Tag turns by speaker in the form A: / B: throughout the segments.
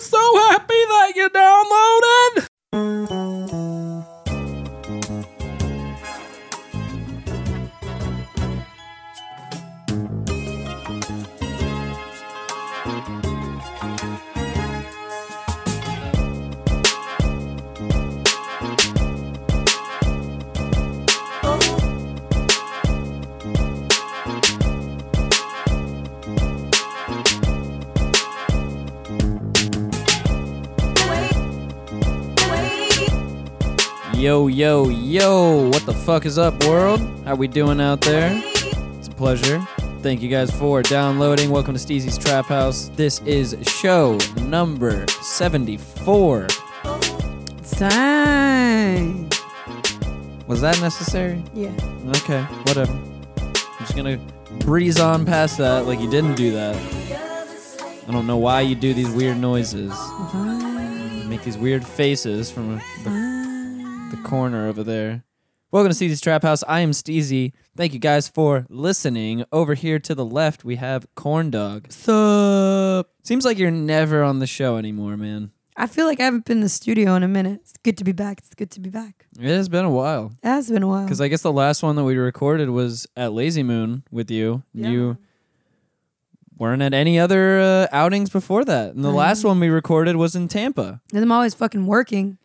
A: so happy that you downloaded! Yo, yo, yo, what the fuck is up, world? How we doing out there? It's a pleasure. Thank you guys for downloading. Welcome to Steezy's Trap House. This is show number 74.
B: Dang.
A: Was that necessary?
B: Yeah.
A: Okay, whatever. I'm just gonna breeze on past that like you didn't do that. I don't know why you do these weird noises. Make these weird faces from the, the corner over there. Welcome to Steezy's Trap House. I am Steezy. Thank you guys for listening. Over here to the left, we have Corn Dog. Sup? Seems like you're never on the show anymore, man.
B: I feel like I haven't been in the studio in a minute. It's good to be back. It's good to be back.
A: It has been a while.
B: It has been a while.
A: Because I guess the last one that we recorded was at Lazy Moon with you.
B: Yeah.
A: You weren't at any other uh, outings before that. And the
B: I
A: last one we recorded was in Tampa.
B: And I'm always fucking working.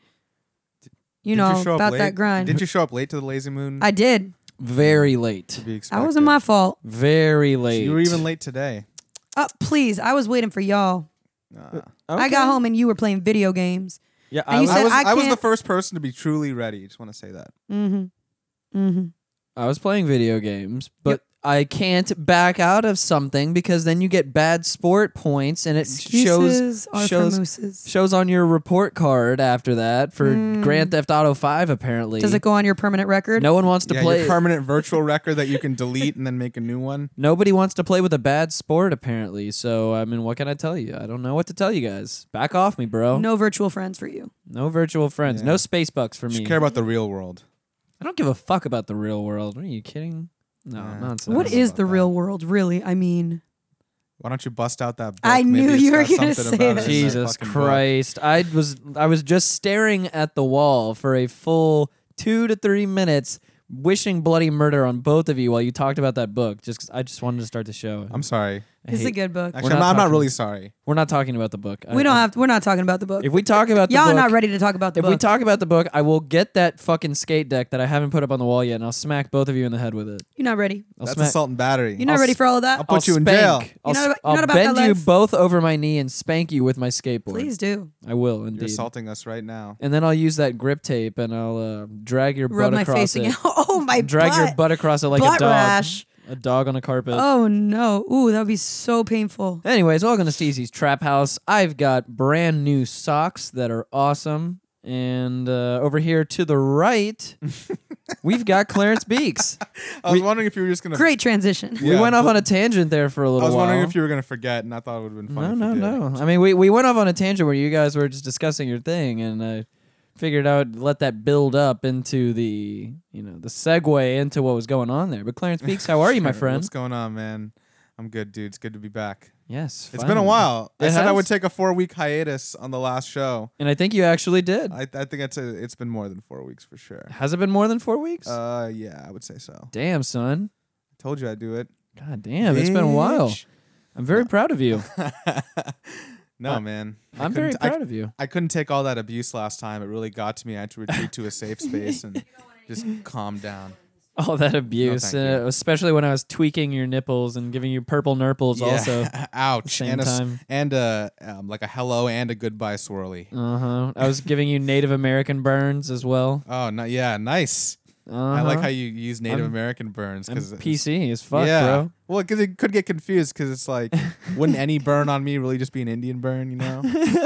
B: You
C: Didn't
B: know
C: show up
B: about
C: late?
B: that grind.
C: Didn't you show up late to the Lazy Moon?
B: I did.
A: Very late.
C: to be
B: That
C: expected.
B: wasn't my fault.
A: Very late.
C: You were even late today.
B: Uh, please, I was waiting for y'all.
C: Nah.
B: I got home and you were playing video games.
A: Yeah,
B: and
A: I
B: you
A: was,
B: said
C: I was,
B: I
C: I, was the
B: can't-
C: first person to be truly ready. Just want to say that.
B: Mm-hmm. Mm-hmm.
A: I was playing video games, but
B: Yep.
A: I can't back out of something because then you get bad sport points and it shows
B: Excuses are
A: shows-
B: for mooses.
A: shows on your report card after that for
B: Mm.
A: Grand Theft Auto 5 apparently.
B: Does it go on your permanent record?
A: no one wants to
C: yeah,
A: play
C: your permanent virtual record that you can delete and then make a new one.
A: Nobody wants to play with a bad sport, apparently. So, I mean, what can I tell you? I don't know what to tell you guys. Back off me, bro. No,
B: No virtual friends for you.
A: virtual friends.
C: Yeah.
A: No space bucks for
C: You
A: me.
C: should care about the real world.
A: I don't give a fuck about the real world. Are you kidding? No, nonsense.
B: What
C: know
B: is
C: about
B: the
C: that.
B: real world, really? I mean,
C: Why don't you bust out that book?
B: I
C: Maybe
B: knew
C: it's
B: you were
C: got
B: gonna
C: something
B: say
C: about
B: that.
C: it in that
A: Jesus
C: fucking
A: Christ. I was I was just staring at the wall for a full 2 to 3 minutes wishing bloody murder on both of you while you talked about that book just 'cause I just wanted to start the show.
C: book. I'm sorry.
A: I
B: it's a
A: hate-
B: good book.
C: Actually,
A: not
C: I'm, not, I'm not
A: talking-
C: really sorry.
A: We're not talking about the book. I-
B: we don't
A: I-
B: have. We're not talking about the book.
A: If we talk about the
B: Y'all
A: book,
B: are not ready to talk about the
A: If
B: book.
A: we talk about the book, I will get that fucking skate deck that I haven't put up on the wall yet, and I'll smack both of you in the head with it.
B: You're not ready.
A: I'll
C: That's
A: smack.
C: assault and battery. Oh,
B: You're not ready for all of that.
C: I'll- put
A: I'll
C: you in
A: spank.
C: jail.
B: You're
A: I'll,
B: not
A: s-
B: ab- you're
A: I'll
B: not about that
A: bend you
B: life.
A: both over my knee and spank you with my skateboard.
B: Please do.
A: I will
C: You're
A: indeed.
C: assaulting us right now.
A: And then I'll use that grip tape and I'll uh, drag your
B: Rub
A: butt
B: my
A: across
B: face
A: it.
B: again. Oh my
A: Drag
B: butt.
A: your butt across it like
B: butt
A: a dog.
B: rash.
A: A dog on a carpet.
B: Oh no. Ooh, that would be so painful.
A: Anyways, welcome to Steezy's Trap House. I've got brand new socks that are awesome. And uh, over here to the right, we've got Clarence Beeks.
C: I was wondering if you were just gonna.
B: Great transition.
A: we
C: Yeah,
A: went off
C: but-
A: on a tangent there for a
C: I
A: little
C: was
A: while.
C: wondering if you were gonna forget, and I thought it would have been
A: no,
C: funny.
A: no,
C: if you did.
A: no. I mean, we, we went off on a tangent where you guys were just discussing your thing, and I figured I would let that build up into the you know the segue into what was going on there. But Clarence Beeks, how are you, my
C: Sure.
A: friend?
C: What's going on, man? I'm good, dude. It's good to be back.
A: Yes,
C: It's been a
A: finally.
C: while. I
A: It
C: said I
A: has?
C: would take a four week hiatus on the last show.
A: and I think you actually did.
C: I, I think it's a, it's been more than four weeks for sure.
A: Has it been more than four weeks?
C: Uh, yeah, I would say so.
A: damn, son.
C: Told you I'd do it.
A: God damn, it's been a while.
C: Bitch. Uh,
A: I'm very proud of you.
C: No,
A: I-
C: man. I
A: I'm very
C: couldn't- I-
A: proud of you.
C: I couldn't take all that abuse last time. It really got to me. I had to retreat to a safe space and just calm down.
A: All that abuse,
C: thank
A: uh, especially when I was tweaking your nipples and giving you purple nurples, also.
C: ouch.
A: same
C: and a, s-
A: time.
C: and a um, like a hello and a goodbye swirly.
A: Uh huh. I was giving you Native American burns as well.
C: Oh, no, yeah, nice.
A: Uh-huh.
C: I like how you use Native
A: I'm-
C: American burns
A: I'm
C: because
A: PC as fuck,
C: yeah.
A: bro.
C: Well, because it could get confused because it's like, wouldn't any burn on me really just be an Indian burn, you know?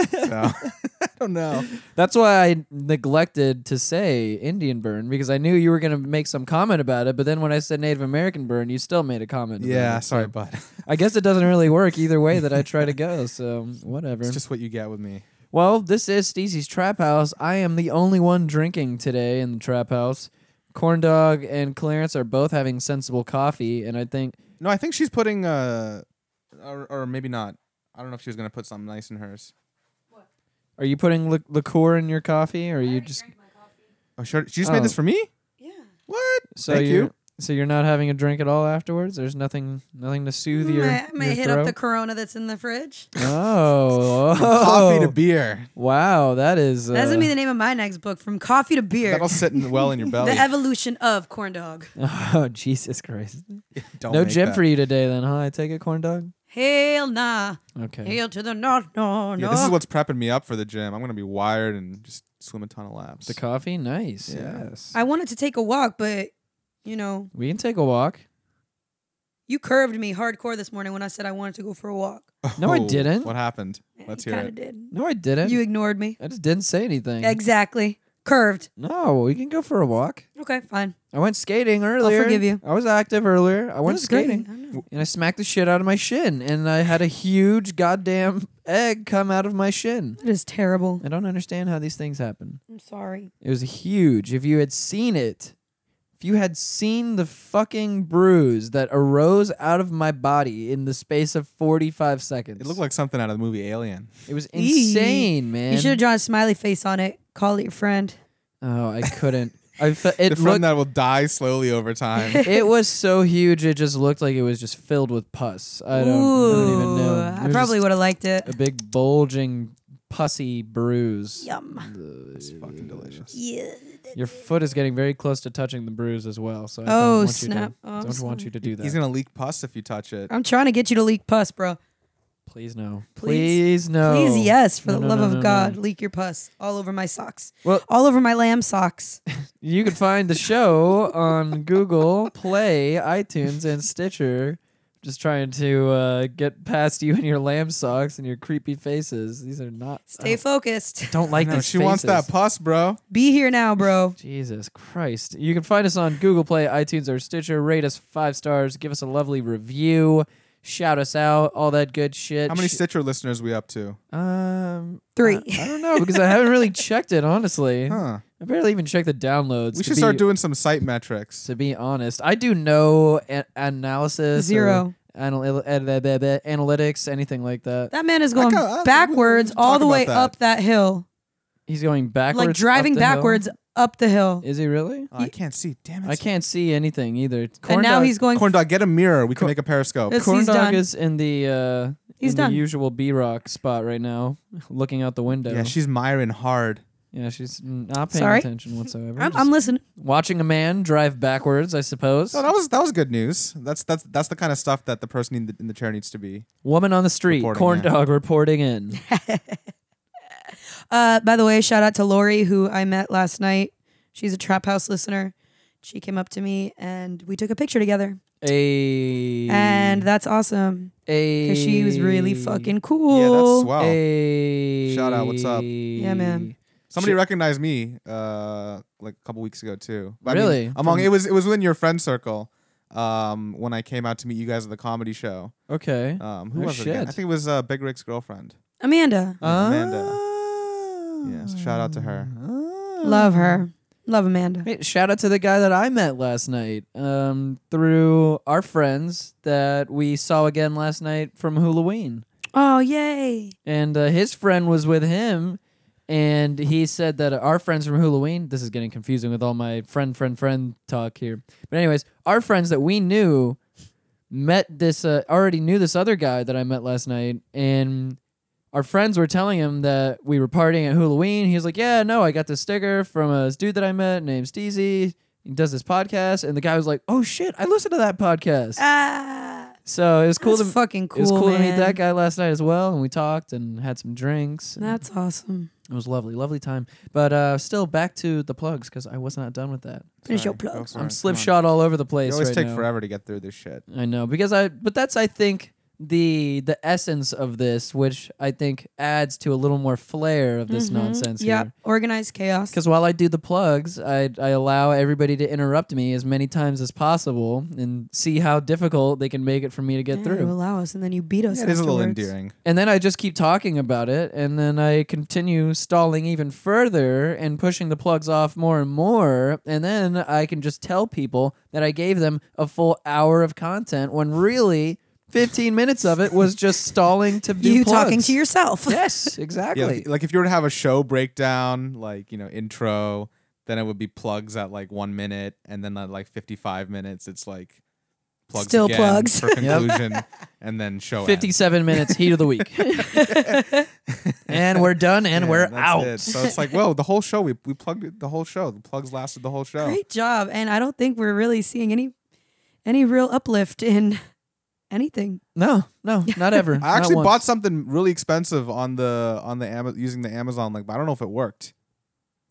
C: so I don't know.
A: That's why I neglected to say Indian burn because I knew you were gonna make some comment about it. But then when I said Native American burn, you still made a comment. about
C: Yeah,
A: it, so
C: sorry, bud.
A: I guess it doesn't really work either way that I try to go. So whatever.
C: It's just what you get with me.
A: Well, this is Steezy's Trap House. I am the only one drinking today in the Trap House. Corndog and Clarence are both having sensible coffee, and I think
C: No, I think she's putting, uh, or, or maybe not. I don't know if she was going to put something nice in hers. What?
A: Are you putting li- liqueur in your coffee, or are you just
C: Oh, sure. She just made this
A: Oh.
C: for me?
B: Yeah.
C: What?
A: so
C: Thank
A: you're
C: you.
A: so you're not having a drink at all afterwards? There's nothing nothing to soothe your,
B: I might
A: your
B: hit
A: throat.
B: up the Corona that's in the fridge.
A: oh,
C: Coffee
A: oh.
C: to beer.
A: wow, that is uh,
B: That's gonna be the name of my next book, From Coffee to Beer:
C: That'll sit in, well in your belly.
B: The Evolution of Corn Dog.
A: oh Jesus Christ.
C: Don't
A: no
C: make
A: gym
C: that.
A: for you today, then, huh? I take a corn dog.
B: Hail nah,
A: Okay.
B: hail to the north, no, no.
C: Yeah, this is what's prepping me up for the gym. I'm gonna be wired and just swim a ton of laps.
A: The coffee, nice.
C: Yeah.
A: Yes.
B: I wanted to take a walk, but you know,
A: we can take a walk.
B: you curved me hardcore this morning when I said I wanted to go for a walk.
A: No, I
C: Oh,
A: didn't.
C: What happened? Let's
B: you
C: hear
B: kinda
C: it.
B: Did.
A: No, I didn't.
B: You ignored me.
A: I just didn't say anything.
B: Exactly. Curved.
A: no, we can go for a walk.
B: Okay, fine.
A: I went skating earlier.
B: forgive you.
A: I was active earlier. I went
B: That's great.
A: skating
B: I know.
A: and I smacked the shit out of my shin, and I had a huge goddamn egg come out of my shin.
B: That is terrible.
A: I don't understand how these things happen.
B: I'm sorry.
A: It was huge. If you had seen it, if you had seen the fucking bruise that arose out of my body in the space of 45 seconds,
C: It looked like something out of the movie Alien.
A: it was
B: Eee.
A: insane, man.
B: you should have drawn a smiley face on it. Call it your friend.
A: oh, I couldn't. I fe- it
C: the friend
A: looked.
C: that will die slowly over time.
A: it was so huge. It just looked like it was just filled with pus. I don't, I don't even know.
B: Ooh,
A: It
B: I
A: was
B: probably
A: just
B: would have liked it.
A: a big bulging pussy bruise.
B: Yum.
C: it's fucking delicious.
B: Yeah.
A: Your foot is getting very close to touching the bruise as well. So I
B: Oh,
A: don't want
B: snap.
A: You
B: Oh,
A: to,
B: I'm
A: don't want you to do that.
C: He's gonna leak pus if you touch it.
B: I'm trying to get you to leak pus, bro.
A: Please no.
B: Please.
A: Please no.
B: Please, yes, for
A: No,
B: the
A: no,
B: love
A: no,
B: of
A: no, no.
B: God, leak your pus all over my socks.
A: Well-
B: all over my lamb socks.
A: You can find the show on Google Play, iTunes, and Stitcher. Just trying to uh, get past you and your lamb socks and your creepy faces. These are not.
B: Stay
A: I
B: focused.
A: don't, don't like
C: No,
A: these
C: she wants that
A: faces.
C: pus, bro.
B: Be here now, bro.
A: Jesus Christ. You can find us on Google Play, iTunes, or Stitcher. Rate us five stars. Give us a lovely review. Shout us out. All that good shit.
C: How many
A: Sh-
C: Stitcher listeners we up to?
A: um,
B: Three.
A: I, I don't know because I haven't really checked it, honestly.
C: Huh.
A: I barely even checked the downloads.
C: We
A: to
C: should
A: be-
C: start doing some site metrics.
A: To be honest, I do no a- analysis, or
B: Zero.
A: anal- eh, blah, blah, blah, analytics, anything like that.
B: That man is going
C: kinda- I- we-
B: backwards
C: we can
B: all
C: talk
B: the way
C: about that.
B: up that hill,
A: He's going backwards,
B: like
A: up
B: driving
A: the hill.
B: backwards up the hill.
A: Is he really?
C: Oh, I can't see. Damn it.
A: I can't see anything either. Corn
B: and now
A: dog,
B: he's going.
C: Corn dog, get a mirror. We can make a periscope.
B: It's-
A: corn
B: he's
A: dog
B: done.
A: is in the uh,
B: He's
A: in
B: done.
A: the usual B rock spot right now, looking out the window.
C: Yeah, she's miring hard.
A: yeah, she's not paying
B: Sorry?
A: attention whatsoever.
B: I'm,
A: Just
B: I'm listening.
A: watching a man drive backwards, I suppose.
C: No, that was that was good news. That's that's that's the kind of stuff that the person in the, in the chair needs to be.
A: Woman on the street,
C: Reporting
A: corn
C: in.
A: dog reporting in.
B: Uh, by the way, shout out to Lori who I met last night. She's a trap house listener. She came up to me and we took a picture together,
A: A
B: and that's awesome
A: a
B: because she was really fucking cool.
C: Yeah, that's swell.
A: A
C: Oh. Shout out, what's up?
A: Yeah,
B: man.
C: Somebody
A: Shit.
C: recognized me uh like a couple weeks ago too. I
A: Really?
C: Mean, among
A: From-
C: it was it was within your friend circle. Um, when I came out to meet you guys at the comedy show.
A: Okay.
C: Um, who
A: Oh,
C: was it? Again?
A: shit.
C: I think it was uh, Big Rick's girlfriend.
B: Amanda,
A: Uh.
C: Amanda.
A: Ah.
C: Yeah, so shout out to her.
A: Ah.
B: love her, love Amanda.
A: Hey, shout out to the guy that I met last night um, through our friends that we saw again last night from Halloween.
B: Oh yay!
A: And uh, his friend was with him, and he said that our friends from Halloween, this is getting confusing with all my friend, friend, friend talk here. But, anyways, our friends that we knew met this, uh, already knew this other guy that I met last night, and our friends were telling him that we were partying at Halloween. He was like, "Yeah, no, I got this sticker from a dude that I met named Steezy. He does this podcast." And the guy was like, "Oh shit, I listened to that podcast."
B: Ah,
A: so it was cool
B: that's
A: to
B: fucking cool.
A: it was cool to meet
B: man.
A: that guy last night as well, and we talked and had some drinks. and
B: That's awesome.
A: it was lovely, lovely time. But uh, still, back to the plugs because I was not done with that.
B: Finish your
C: Sorry, go
B: plugs.
C: for
A: I'm
C: it.
A: slip
C: Come on.
A: shot all over the
C: You
A: place
C: always
A: right
C: take
A: now.
C: forever to get through this shit.
A: I know because I, but that's I think the the essence of this, which I think adds to a little more flair of
B: Mm-hmm.
A: this nonsense.
B: Yeah,
A: here.
B: organized chaos.
A: Because while I do the plugs, I, I allow everybody to interrupt me as many times as possible and see how difficult they can make it for me to get
B: Yeah, You
A: through.
B: allow us, and then you beat us.
C: Yeah, it is a little
B: afterwards.
C: endearing.
A: And then I just keep talking about it, and then I continue stalling even further and pushing the plugs off more and more. And then I can just tell people that I gave them a full hour of content when really 15 minutes of it was just stalling to do
B: you
A: plugs.
B: talking to yourself.
A: Yes,
C: Yeah,
A: exactly.
C: like, like if you were to have a show breakdown, like you know intro, then it would be plugs at like one minute, and then at like fifty-five minutes, it's like plugs
B: Still
C: again
B: plugs.
C: for conclusion, and then show 50
A: 57 minutes heat of the week. and we're done and we're out.
C: So it's like, whoa, the whole show we we plugged it- the whole show. The plugs lasted the whole show.
B: Great job. And I don't think we're really seeing any any real uplift in anything.
A: No, no, not ever.
C: I actually
A: not
C: bought
A: once.
C: something really expensive on the on the Ama- using the Amazon link, but I don't know if it worked.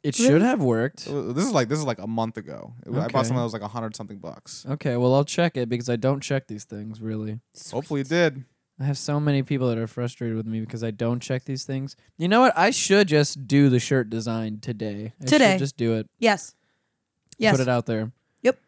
A: It
B: Really?
A: should have worked.
C: It was- This is like this is like a month ago. It- I
A: Okay.
C: bought something that was like a hundred something bucks.
A: Okay, well, I'll check it because I don't check these things really.
C: Hopefully it did.
A: I have so many people that are frustrated with me because I don't check these things. You know what? I should just do the shirt design today. I should
B: Today.
A: just do it.
B: Yes. Yes.
A: Put it out there.
B: Yep.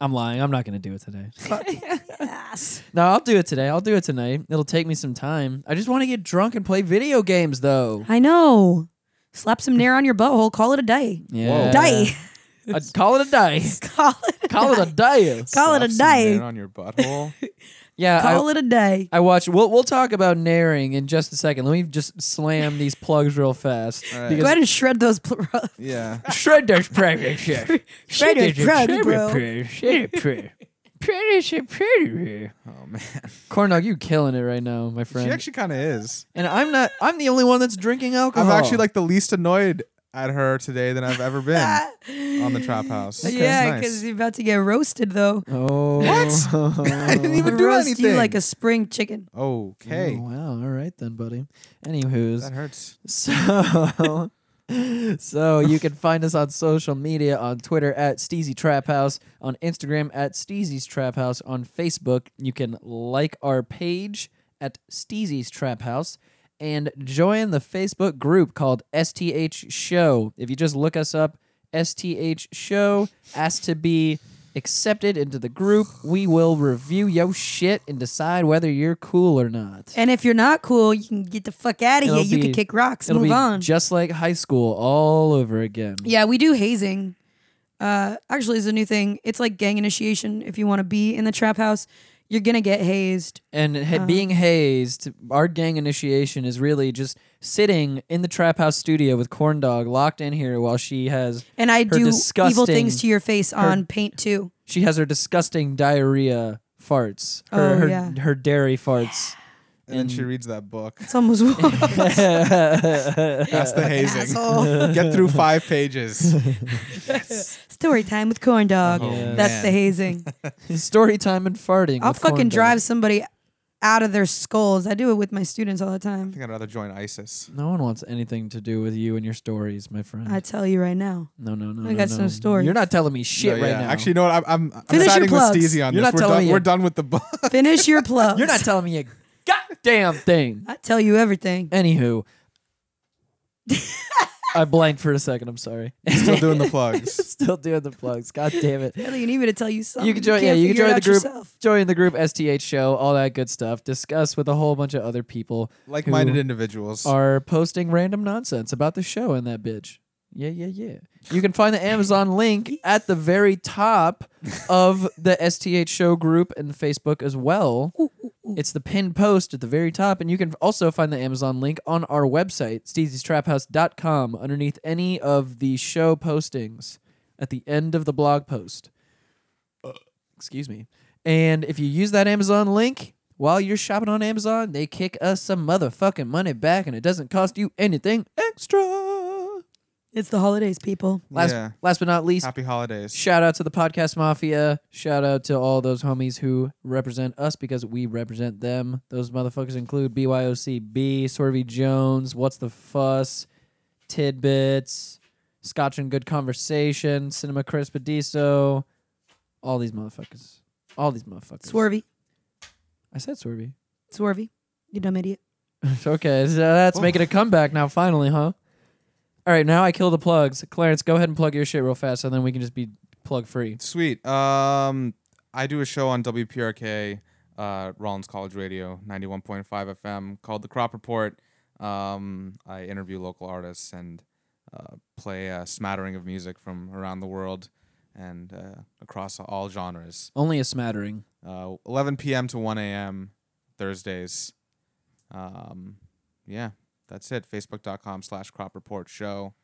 A: I'm lying. I'm not going to do it today.
B: Yes.
A: no, I'll do it today. I'll do it tonight. It'll take me some time. I just want to get drunk and play video games, though.
B: I know. Slap some nair on your butthole. Call it a day.
A: Yeah.
B: Day.
A: I'd call it a day.
B: Call it.
A: call it a day.
B: Call it a
C: Slap some
B: day.
C: nair on your butthole.
A: Yeah. I,
B: Call it a day.
A: I watched. We'll we'll talk about naring in just a second. Let me just slam these plugs real fast.
C: All right.
B: Go ahead and shred those. Pl-
C: yeah.
A: Shredder's pretty shit.
B: Shredder's pretty, bro.
C: Oh man,
A: Cornog, you killing it right now, my
C: she
A: friend.
C: actually kind of is.
A: and I'm not. I'm the only one that's drinking alcohol.
C: I'm actually like the least annoyed at her today than I've ever been on the trap house.
B: yeah,
C: It's
B: because
C: nice.
B: you're about to get roasted though.
A: Oh.
C: What? I didn't even do
B: Roast
C: anything.
B: you like a spring chicken.
C: okay,
A: Oh, wow. All right then, buddy. Anywho's.
C: that hurts.
A: So, so you can find us on social media on Twitter at Steezy Trap House, on Instagram at Steezy's Trap House, on Facebook you can like our page at Steezy's Trap House, and join the Facebook group called STH Show. If you just look us up, STH Show, asked to be accepted into the group, we will review yo shit and decide whether you're cool or not.
B: And if you're not cool, you can get the fuck out of here.
A: It'll
B: You
A: be-
B: can kick rocks.
A: It'll
B: Move
A: be
B: on.
A: just like high school all over again.
B: Yeah, we do hazing. Uh, actually, is a new thing. It's like gang initiation. If you want to be in the trap house, you're gonna get hazed.
A: And
B: Uh-huh.
A: ha- being hazed, our gang initiation is really just sitting in the trap house studio with Corn Dog locked in here while she has
B: And I
A: Her
B: do evil
A: disgusting-
B: things to your face on paint too.
A: she has her disgusting diarrhea farts, her
B: Oh,
A: her,
B: yeah.
A: her dairy farts.
C: And, then she reads that book.
B: It's almost
C: That's the hazing.
B: asshole.
C: Get through five pages.
B: Story time with corn dog.
C: Oh, Yeah.
B: That's
C: man.
B: the hazing.
A: Story time and farting.
B: I'll
A: with Corn
B: fucking
A: Dog.
B: drive somebody out of their skulls. I do it with my students all the
C: I
B: time.
C: think I'd rather join ISIS.
A: No one wants anything to do with you and your stories, my friend.
B: I tell you right now.
A: no, no, no.
B: I
A: no,
B: got
A: no.
B: some stories.
A: You're not telling me shit
C: No,
A: right
C: yeah.
A: now.
C: Actually, you know what? I'm I'm, I'm
B: Finish your
C: siding with
B: plugs.
C: Steezy on
A: You're
C: this.
A: not telling
C: we're, done,
A: me
C: we're
A: yet.
C: done with the book.
B: Finish your plugs.
A: you're not telling me a goddamn thing.
B: I tell you everything.
A: Anywho, I blanked for a second. I'm sorry.
C: Still doing the plugs.
A: Still doing the plugs. God damn it.
B: Really, you need me to tell you something.
A: You can join. yeah,
B: can't
A: you
B: figure it
A: can join the
B: out
A: group.
B: yourself.
A: Join the group STH show. All that good stuff. Discuss with a whole bunch of other people
C: Like-minded
A: Who
C: individuals.
A: are posting random nonsense about the show and that bitch. Yeah, yeah, yeah. You can find the Amazon link at the very top of the STH show group and Facebook as well. It's the pinned post at the very top, and you can also find the Amazon link on our website, steezystraphouse.com, underneath any of the show postings at the end of the blog post. Excuse me. And if you use that Amazon link while you're shopping on Amazon, they kick us some motherfucking money back, and it doesn't cost you anything extra.
B: It's the holidays, people.
A: Last,
C: Yeah.
A: last but not least,
C: Happy holidays.
A: Shout out to the podcast mafia. Shout out to all those homies who represent us because we represent them. Those motherfuckers include BYOCB, Sorvy Jones, What's the Fuss, Tidbits, Scotch and Good Conversation, Cinema Crispediso. All these motherfuckers. All these motherfuckers.
B: Swervy.
A: I said Sorvy.
B: Swervy. You dumb idiot.
A: okay, so that's
C: Oh.
A: making a comeback now, finally, huh? All right, now I kill the plugs. Clarence, go ahead and plug your shit real fast, and then we can just be plug free.
C: Sweet. Um, I do a show on WPRK, uh, Rollins College Radio, 91.5 FM, called The Crop Report. Um, I interview local artists and uh, play a smattering of music from around the world and uh, across all genres.
A: Only a smattering.
C: uh, 11 p.m. to 1 a.m. Thursdays. Um, yeah, that's it. Facebook.com slash crop report show.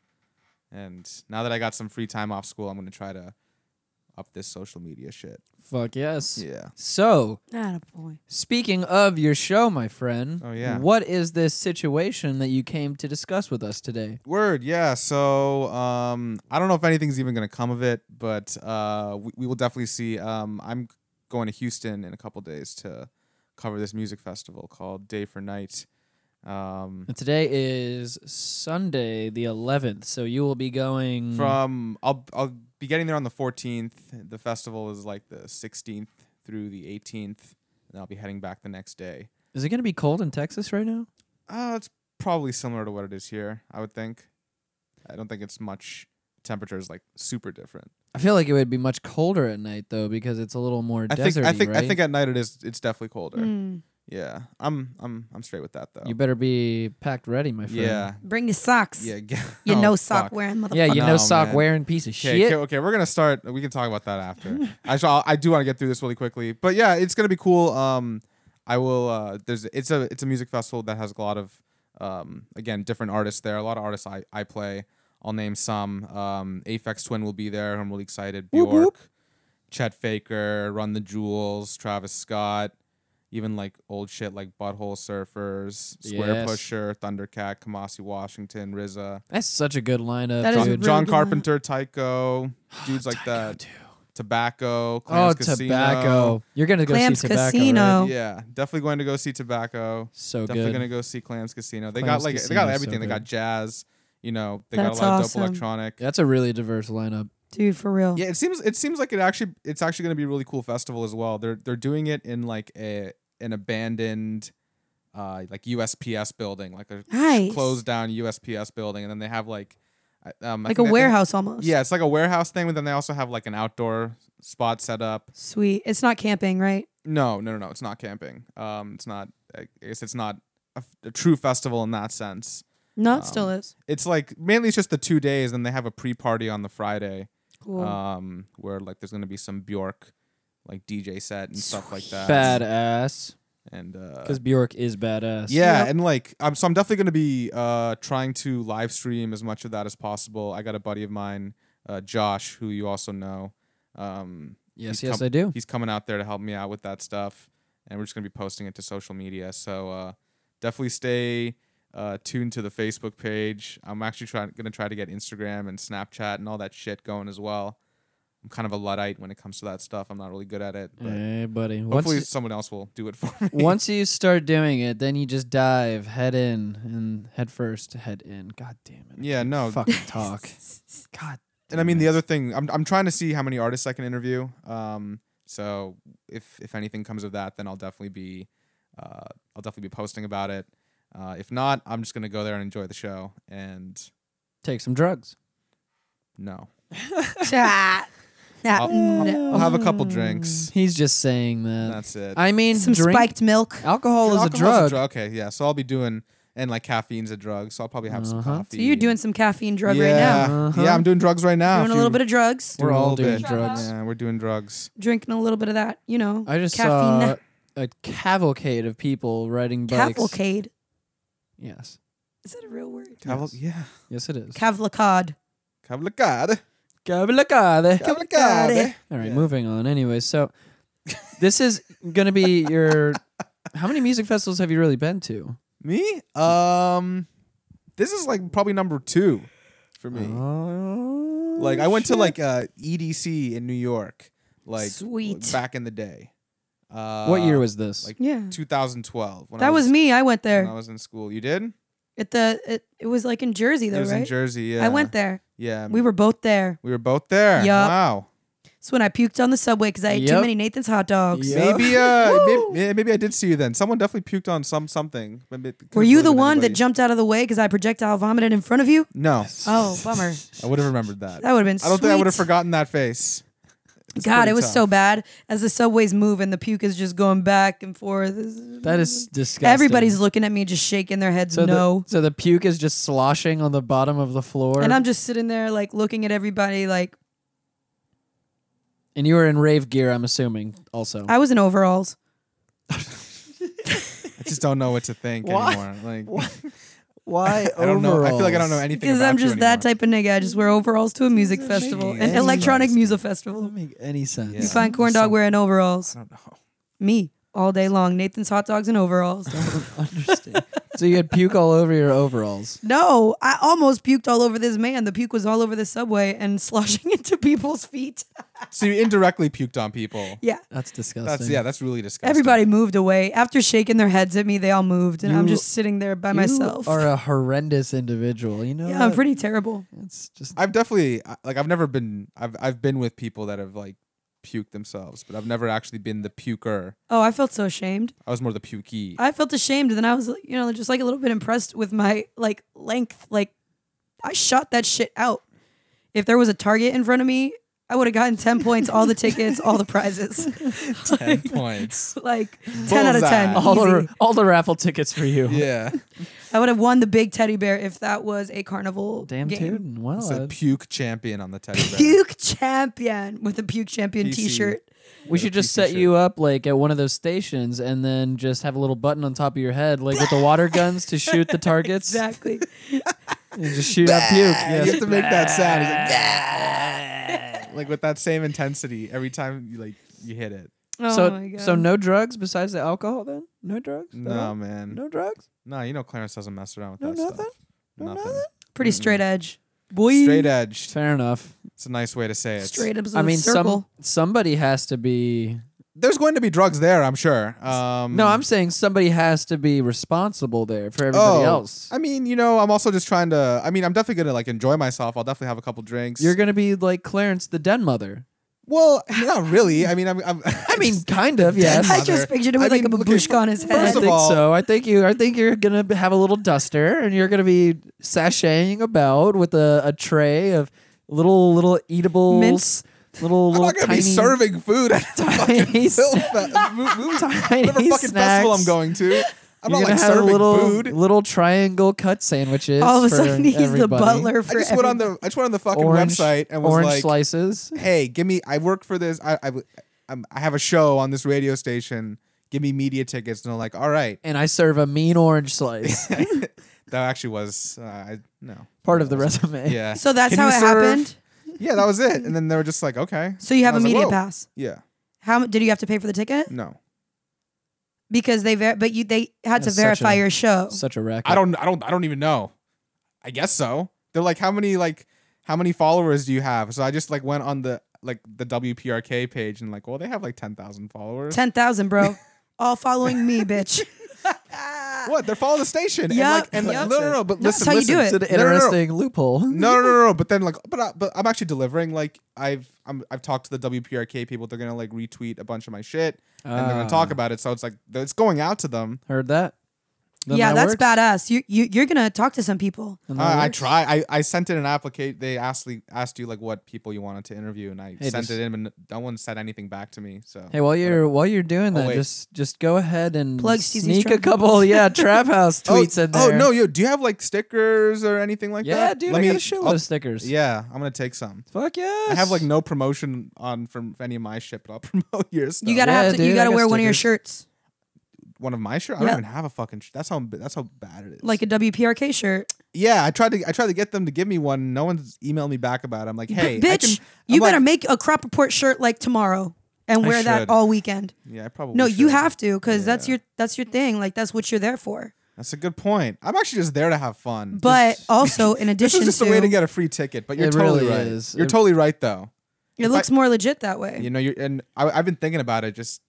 C: And now that I got some free time off school, I'm going to try to up this social media shit.
A: Fuck yes.
C: Yeah.
A: So,
B: Not a boy.
A: speaking of your show, my friend.
C: Oh, yeah.
A: What is this situation that you came to discuss with us today?
C: Word, yeah. So um, I don't know if anything's even going to come of it, but uh, we, we will definitely see. Um, I'm going to Houston in a couple days to cover this music festival called Day for Night. Um,
A: And today is Sunday, the 11th. So you will be going
C: From I'll I'll be getting there on the 14th. The festival is like the 16th through the 18th, and I'll be heading back the next day.
A: Is it going to be cold in Texas right now?
C: Uh, it's probably similar to what it is here. I would think. I don't think it's much. Temperature is like super different.
A: I feel like it would be much colder at night though because it's a little more
C: I
A: deserty,
C: think I think
A: right?
C: I think at night it is it's definitely colder.
B: Mm.
C: Yeah. I'm I'm I'm straight with that though.
A: you better be packed ready, my friend.
C: Oh. yeah.
B: Bring your socks.
C: Yeah. g-
B: You
C: oh,
B: know sock
C: fuck.
B: wearing motherfucker.
A: Yeah, you know
C: No,
A: sock
C: man.
A: wearing piece of
C: Okay,
A: shit.
C: okay, okay, we're gonna start. We can talk about that after. I shall, I do want to get through this really quickly, but yeah, it's gonna be cool. Um, I will. Uh, there's it's a it's a music festival that has a lot of um again different artists there. A lot of artists I I play. I'll name some. Um, Aphex Twin will be there. I'm really excited.
A: Whoop,
C: Bjork,
A: whoop.
C: Chet Faker, Run the Jewels, Travis Scott, even like old shit like Butthole Surfers, Square
A: Yes.
C: Pusher, Thundercat, Kamasi Washington, RZA.
A: That's such a good lineup.
B: That is
A: dude.
B: a
C: John, John
B: really good lineup.
C: Carpenter, Tycho, dudes like
A: Tycho,
C: that.
A: dude.
C: Tobacco,
A: Oh,
C: Clams Casino.
A: tobacco. You're going to go
B: Clams
A: see tobacco.
B: Casino.
A: Right?
C: Yeah, definitely going to go see Tobacco.
A: So
C: definitely
A: good.
C: going to go see Clams Casino. They
A: Clams
C: got like they
A: Casino is
C: got
A: so
C: everything. they got
A: good.
C: jazz, you know, they
B: That's
C: got a lot
B: awesome.
C: of dope electronic.
A: That's a really diverse lineup.
B: Dude, for real.
C: Yeah, it seems it seems like it actually it's actually going to be a really cool festival as well. They're they're doing it in like a an abandoned uh like USPS building, like a
B: Nice.
C: closed down USPS building and then they have like I- um, I
B: Like a
C: think they-
B: warehouse almost.
C: Yeah, it's like a warehouse thing, but then they also have like an outdoor spot set up.
B: Sweet. It's not camping, right?
C: No, no, no, no. It's not camping. Um, it's not. I guess it's not a, f- a true festival in that sense.
B: No,
C: Um,
B: it still is.
C: It's like mainly it's just the two days, and they have a pre-party on the Friday,
B: Cool.
C: um, where like there's gonna be some Bjork, like DJ set and stuff like that.
A: Badass.
C: And uh,
A: Because Bjork is badass.
C: yeah,
B: Yep.
C: and like I'm so I'm definitely gonna be uh trying to live stream as much of that as possible. I got a buddy of mine, uh, Josh, who you also know. Um,
A: Yes,
C: he's
A: yes,
C: com-
A: I do.
C: he's coming out there to help me out with that stuff and we're just going to be posting it to social media so uh, definitely stay uh, tuned to the facebook page i'm actually trying going to try to get instagram and snapchat and all that shit going as well i'm kind of a luddite when it comes to that stuff i'm not really good at it but
A: Hey, buddy. Mm. Once,
C: hopefully someone else will do it for me
A: once you start doing it, then you just dive head in and head first, head in. God damn it. I
C: Yeah,
A: can't
C: no.
A: Fucking talk. God.
C: and i mean the other thing I'm, I'm trying to see how many artists i can interview um, so if if anything comes of that then i'll definitely be uh, i'll definitely be posting about it uh, if not i'm just going to go there and enjoy the show and
A: Take some drugs.
C: no
B: Chat. Yeah.
C: I'll,
B: Mm.
C: I'll have a couple drinks
A: He's just saying
C: and
A: that.
C: that's it
A: I mean,
B: Some
A: drink,
B: spiked milk.
A: alcohol is a
C: Alcohol's
A: drug.
C: okay yeah so i'll be doing and like caffeine's a drug so i'll probably have some
A: Uh-huh.
C: coffee
B: So you're doing some caffeine drug right
C: yeah.
B: now.
A: Uh-huh.
C: yeah i'm doing drugs right now
B: Doing
C: If
B: a little
C: you-
B: bit of drugs,
C: we're
A: We're all
C: all
A: doing
C: bit.
A: drugs.
C: yeah we're doing drugs
B: drinking a little bit of that, you know.
A: I just
C: uh,
B: caffeine.
A: saw a cavalcade of people riding bikes.
B: Cavalcade.
A: Yes.
B: Is that a real word?
C: Caval- yeah
A: Yes, it is.
B: Cavalcade.
C: cavalcade
A: Cavalcade.
C: cavalcade
A: All right,
C: Yeah.
A: moving on. Anyway, so this is going to be your. How many music festivals have you really been to?
C: Me? Um, this is like probably number two for me.
A: Oh,
C: Like I went to like uh, EDC in New York, like
B: Sweet.
C: back in the day. Uh,
A: What year was this?
C: like
B: Yeah.
C: 2012? When I
B: That was me. I went
C: when I
B: there.
C: was in school. You did?
B: At the it, it was like in Jersey though,
C: it was
B: right?
C: in Jersey. Yeah,
B: I went there.
C: Yeah,
B: We
C: we,
B: were both there.
C: we were both there.
B: Yup.
C: Wow.
B: It's when I puked on the subway because I ate too
A: Yep.
B: many Nathan's hot dogs.
A: Yep. Yeah.
C: Maybe uh, maybe, maybe I did see you then. Someone definitely puked on some something. Maybe it could've
B: Were you the
C: been
B: one that
C: anybody.
B: jumped out of the way because I projectile vomited in front of you?
C: No,
B: Oh, bummer.
C: I would have remembered that.
B: That would have been.
C: I don't think I
B: sweet.
C: would have forgotten that face. It's
B: God,
C: pretty
B: it was
C: tough.
B: so bad. As the subways move and the puke is just going back and forth.
A: that is disgusting.
B: Everybody's looking at me, just shaking their heads
A: so
B: no.
A: The, so the puke is just sloshing on the bottom of the floor.
B: and I'm just sitting there, like looking at everybody, like
A: And you were in rave gear, I'm assuming, also.
B: I was in overalls.
C: I just don't know what to think
A: Why?
C: anymore. Like
A: Why
C: I don't know. I feel like I don't know
A: overalls?
C: anything
B: Because
C: about
B: I'm
C: you
B: just that
C: anymore.
B: type of nigga. I just wear overalls to a music
A: Doesn't make
B: festival, an
A: any
B: electronic
A: sense.
B: music
A: Doesn't
B: festival.
A: make any sense.
C: You
B: You find corn dog wearing overalls.
C: I don't know.
B: Me all day long. Nathan's hot dogs and overalls.
A: don't understand. so you had puke all over your overalls.
B: No, I almost puked all over this man. The puke was all over the subway and sloshing into people's feet.
C: So you indirectly puked on people.
B: Yeah.
A: That's disgusting.
C: That's yeah. That's really disgusting.
B: Everybody moved away. After shaking their heads at me, they all moved. And I'm
A: You
B: just sitting there by
A: You
B: myself.
A: are a horrendous individual. You know.
B: yeah, I'm
A: that?
B: pretty terrible.
A: It's just.
C: I've definitely I- like I've never been. I've I've been with people that have like puked themselves, but I've never actually been the puker.
B: Oh, I felt so ashamed.
C: I was more the pukey.
B: I felt ashamed. Then I was, you know, just like a little bit impressed with my like length. Like I shot that shit out. If there was a target in front of me, I would have gotten 10 points, all the tickets, all the prizes.
C: Ten points.
B: Like 10 out of 10.
C: Bullseye.
A: All
B: easy.
A: the, all the raffle tickets for you.
C: Yeah.
B: I would have won the big teddy bear if that was a carnival
A: Damn,
B: game.
A: dude. Well, uh,
C: It said
A: I-
C: puke champion on the teddy bear.
B: Puke champion with a puke champion
C: PC.
B: T-shirt.
A: we
C: Got a
A: should just
C: PC
A: set
C: shirt.
A: you up like at one of those stations, and then just have a little button on top of your head, like with the water guns to shoot the targets,
B: Exactly.
A: and just shoot out puke.
C: You have
A: Yes.
C: to make that sound. He's like, like with that same intensity every time you like you hit it.
B: Oh
A: so,
B: my god.
A: so no drugs besides the alcohol. Then no drugs. at
C: No
A: all?
C: man. No,
A: no drugs.
C: you know Clarence doesn't mess around with
A: No
C: that
A: nothing?
C: stuff.
A: No
C: nothing.
A: nothing?
B: pretty straight
C: Mm-hmm.
B: edge. Boy,
C: Straight edged.
A: Fair enough.
C: It's a nice way to say it.
B: straight up.
A: I mean, some
B: circle.
A: somebody has to be.
C: There's going to be drugs there, I'm sure. Um,
A: No, I'm saying somebody has to be responsible there for everybody
C: oh,
A: else.
C: I mean, you know, I'm also just trying to. I mean, I'm definitely gonna like enjoy myself. I'll definitely have a couple drinks.
A: You're gonna be like Clarence the den mother.
C: well, not really. I mean, I'm. I'm
A: I mean, kind of. Yes.
B: I just pictured him
C: I
B: with like
C: mean,
B: a
C: okay,
B: babushka on his
A: I
B: head.
C: of
A: think
C: all-
A: so. I think you. I think you're gonna have a little duster, and you're gonna be sashaying about with a, a tray of little little eatables,
B: Mints.
A: little
C: I'm
A: little
C: not gonna
A: tiny
C: be serving food at the fucking
A: tiny
C: film fe- mo- movie-
A: tiny
C: whatever fucking festival
A: snacks.
C: I'm going to. I'm
A: You're
C: not
A: gonna
C: like
A: have
C: serving
A: little
C: food.
A: little triangle cut sandwiches.
B: All of a
A: for
B: sudden, he's the
A: everybody.
B: butler
C: I
B: for.
C: just went on
B: every-
C: the I just went on the fucking
A: Orange
C: website and was
A: orange
C: like,
A: slices.
C: "Hey, give me. I work for this. I I, I'm, I have a show on this radio station. Give me media tickets." And they're like, "All right."
A: and I serve a mean orange slice.
C: that actually was uh, I no
A: Part of the resume.
C: yeah.
B: So that's
C: Can
B: how
C: you
B: it
C: serve?
B: happened.
C: Yeah, that was it. And then they were just like, "Okay."
B: So you have
C: I
B: a
C: was like,
B: media
C: "Whoa."
B: pass.
C: Yeah.
B: How m- did you have to pay for the ticket?
C: No.
B: Because they ver- but you they had to
A: That's such
B: verify
A: a-
B: your show.
A: Such a racket.
C: I don't I don't I don't even know. I guess so. They're like, how many like how many followers do you have? So I just like went on the like the WPRK page and like, well, they have like ten thousand followers.
B: Ten thousand, bro. All following me, bitch.
C: What? They're following the station.
B: Yup,
C: and like, and like,
B: yup.
C: no, no, no. But
B: That's
C: listen,
B: how you do
C: listen.
B: it.
A: It's an
C: No, no, no.
A: interesting loophole.
C: No, no, no, no, no. But then like, but I, but I'm actually delivering. Like, I've I'm, I've talked to the WPRK people. They're gonna like retweet a bunch of my shit and they're
A: Ah.
C: gonna talk about it. So it's like it's going out to them.
A: Heard that? Then
B: yeah,
A: that
B: that's
A: works?
B: badass. You you you're gonna talk to some people.
A: Then that
C: Uh, I
A: works?
C: try. I, I sent in an application. They asked like, asked you like what people you wanted to interview, and I
A: Hey,
C: sent
A: just-
C: it in, and no one said anything back to me. So
A: Hey, while you're while you're doing that,
C: Oh, wait.
A: just just go ahead and
B: Plug Steezy's
A: sneak a
B: Trap
A: couple, yeah, trap house
C: oh,
A: tweets in there.
C: Oh no, yo, do you have like stickers or anything like that?
A: yeah, dude, I got a shitload
C: I'll-
A: of stickers.
C: Yeah, I'm gonna take some.
A: fuck yes.
C: I have like no promotion on from any of my shit, but I'll promote your stuff.
B: You gotta
A: Yeah,
B: have to. you
A: dude, I
B: gotta
A: got
B: wear one of your
A: stickers.
B: shirts,
C: one of my shirt. I don't
B: Yeah.
C: even have a fucking. Sh- that's how that's how bad it is.
B: like a WPRK shirt.
C: yeah, I tried to I tried to get them to give me one. No one's emailed me back about it. I'm like, hey, I
B: B- bitch,
C: can-
B: you
C: I'm like-
B: better make a crop report shirt like tomorrow and
C: I
B: wear that
C: should.
B: all weekend.
C: yeah, I probably
B: No, you
C: should.
B: have to because that's
C: Yeah.
B: your that's your thing. Like that's what you're there for.
C: That's a good point. I'm actually just there to have fun.
B: But also, in
C: This
B: addition
C: is just
B: to,
C: a way to get a free ticket, but you're
A: It
C: totally
A: really
C: right.
A: is.
C: You're
A: It-
C: totally right, though.
B: it looks more legit that way.
C: You know, you're and I, I've been thinking about it just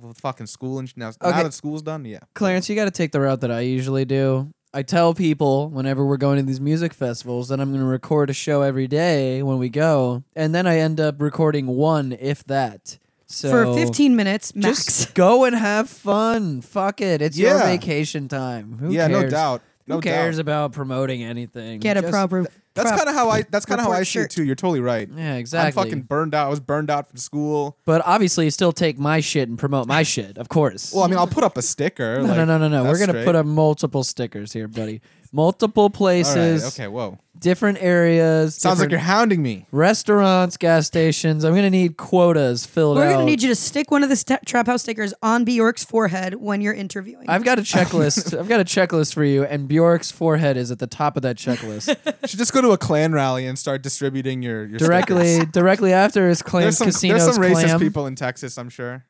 C: with fucking school and sh- now, now
A: Okay.
C: that school's done. Yeah,
A: Clarence, you got to take the route that I usually do. I tell people whenever we're going to these music festivals that I'm going to record a show every day when we go, and then I end up recording one, if that. So
B: for 15 minutes max.
A: just go and have fun. Fuck it, it's your
C: Yeah.
A: vacation time. Who
C: yeah, no
A: cares?
C: doubt. No
A: Who cares
C: doubt.
A: about promoting anything?
B: get a
A: Just-
B: proper.
C: That's
B: prop.
C: kind of how I. That's kind of how
B: report
C: I see it
B: shirt.
C: too. You're totally right.
A: Yeah, exactly.
C: I'm fucking burned out. I was burned out from school.
A: but obviously, still take my shit and promote my shit, of course.
C: Well, I mean, I'll put up a sticker.
A: No,
C: like,
A: no, no, no, no. We're
C: that's
A: gonna
C: straight.
A: put up multiple stickers here, buddy. multiple
C: All right,
A: places,
C: okay, whoa.
A: different areas,
C: Sounds like
A: different
C: you're hounding me.
A: restaurants, gas stations. I'm gonna need quotas filled
B: We're
A: out.
B: gonna need you to stick one of the sta trap house stickers on Bjork's forehead when you're interviewing.
A: I've got a checklist. I've got a checklist for you, and Bjork's forehead is at the top of that checklist.
C: Should just go to a clan rally and start distributing your, your stickers.
A: directly, directly after is Clams
C: There's some
A: Casinos.
C: there's some racist
A: Clam.
C: people in Texas, I'm sure.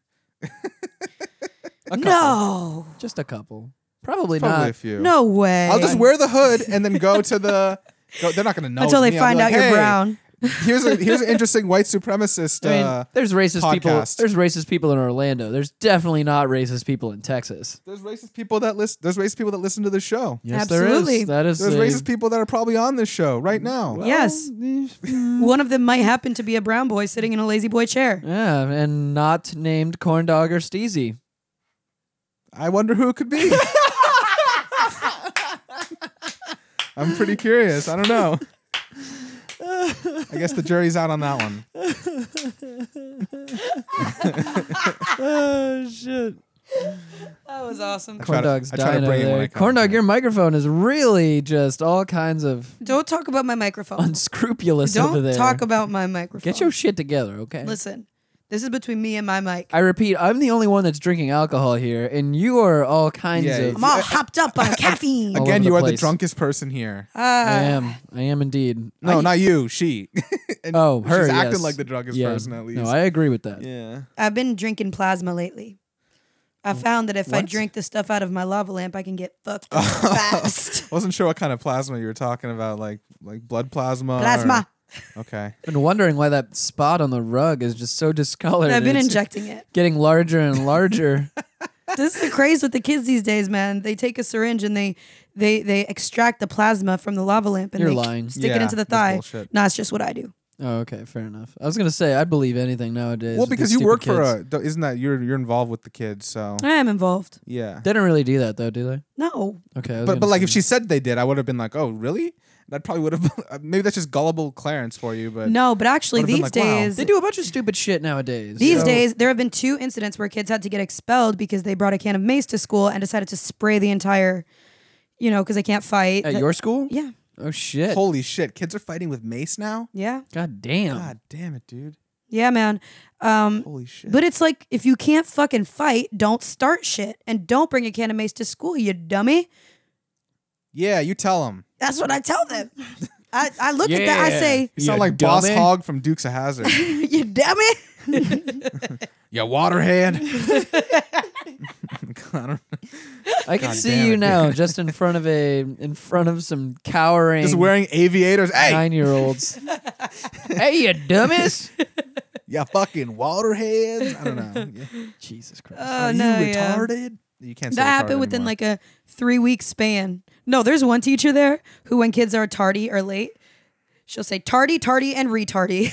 B: no,
A: Just a couple. Probably,
C: Probably a
A: not.
C: few.
B: no way.
C: I'll just wear the hood and then go to the. Go, they're not gonna know
B: until
C: it's
B: they
C: me. I'll be
B: find out
C: like,
B: you're
C: "Hey,
B: brown.
C: Here's a here's an interesting white supremacist.
A: I mean,
C: uh,
A: there's racist people.
C: podcast.
A: There's racist people in Orlando. There's definitely not racist people in Texas.
C: there's racist people that list. There's racist people that listen to this show.
A: Yes,
B: Absolutely.
A: there is. That
C: There's
A: is
C: racist people that are probably on this show right now.
B: Yes,
A: people.
B: one of them might happen to be a brown boy sitting in a lazy boy chair.
A: yeah, and not named Corn Dog or Steezy.
C: I wonder who it could be. I'm pretty curious. I don't know. I guess the jury's out on that one. Ah,
A: Oh shit!
B: That was awesome.
C: I try
A: Corn
C: to-
A: Dog's
C: I try to
A: dying over
C: bring it when
A: there.
C: I can.
A: Corn Dog, your microphone is really just all kinds of
B: Don't talk about my microphone.
A: unscrupulous over
B: Don't
A: there.
B: talk about my microphone.
A: Get your shit together, okay?
B: Listen, this is between me and my mic.
A: I repeat, I'm the only one that's drinking alcohol here, and you are all kinds
C: Yeah,
A: of.
B: I'm all hopped up on caffeine.
A: All
C: Again,
A: over
C: you
A: the
C: are the
A: place.
C: drunkest person here.
A: I
B: Ah.
A: am. I am indeed.
C: No, not you. She. And
A: Oh, her.
C: She's acting
A: yes.
C: like the drunkest
A: Yeah.
C: person at least.
A: No, I agree with that.
C: yeah.
B: I've been drinking plasma lately. I found that if I
A: what?
B: drink the stuff out of my lava lamp, I can get fucked up fast.
C: Wasn't sure what kind of plasma you were talking about, like like blood plasma. or-
B: Plasma.
C: Okay.
A: I've been wondering why that spot on the rug is just so discolored.
B: I've been
A: It's
B: injecting it.
A: Getting larger and larger.
B: This is the craze with the kids these days, man. They take a syringe and they they they extract the plasma from the lava lamp and
A: You're
B: they
A: lying.
B: stick it
C: Yeah,
B: into the
C: that's
B: thigh.
C: bullshit.
B: Nah, it's just what I do.
A: oh, okay, fair enough. I was gonna say I believe anything nowadays.
C: Well,
A: with
C: because
A: these
C: you work
A: stupid
C: for
A: kids.
C: a, don't- isn't that you're you're involved with the kids, so
B: I am involved.
C: yeah.
A: They don't really do that though, do they?
B: No,
A: Okay, I was
C: But
A: gonna
C: but like if
A: say-
C: she said they did, I would have been like, oh really? That probably would have. maybe that's just gullible Clarence for you, but
B: no. But actually,
C: Would've been
B: these
C: like, wow.
B: days,
A: they do a bunch of stupid shit nowadays.
B: these
A: so-
B: days, there have been two incidents where kids had to get expelled because they brought a can of mace to school and decided to spray the entire, you know, because they can't fight.
A: at
B: That-
A: your school.
B: yeah,
A: Oh shit!
C: holy shit, kids are fighting with mace now.
B: yeah,
A: God damn.
C: God damn it, dude.
B: yeah, man. Um,
C: Holy shit.
B: But it's like if you can't fucking fight, don't start shit and don't bring a can of mace to school, you dummy.
C: yeah, you tell him.
B: That's what I tell them. I, I look at that, I say,
C: You sound
A: You
C: like Boss
A: dummy.
C: Hog from Dukes of Hazard.
B: you dummy.
C: you waterhead. I don't
A: I can
C: God
A: see
C: damn
A: you
C: it,
A: now, just in front of a, in front of some cowering
C: Just wearing aviators. Hey,
A: nine-year-olds. hey, you dummies!
C: you fucking waterheads. I don't know. Yeah.
A: Jesus Christ!
B: Oh, no, yeah.
C: You can't. Say
B: That happened within like a three week span. No, there's one teacher there who, when kids are tardy or late, she'll say tardy, tardy, and retardy.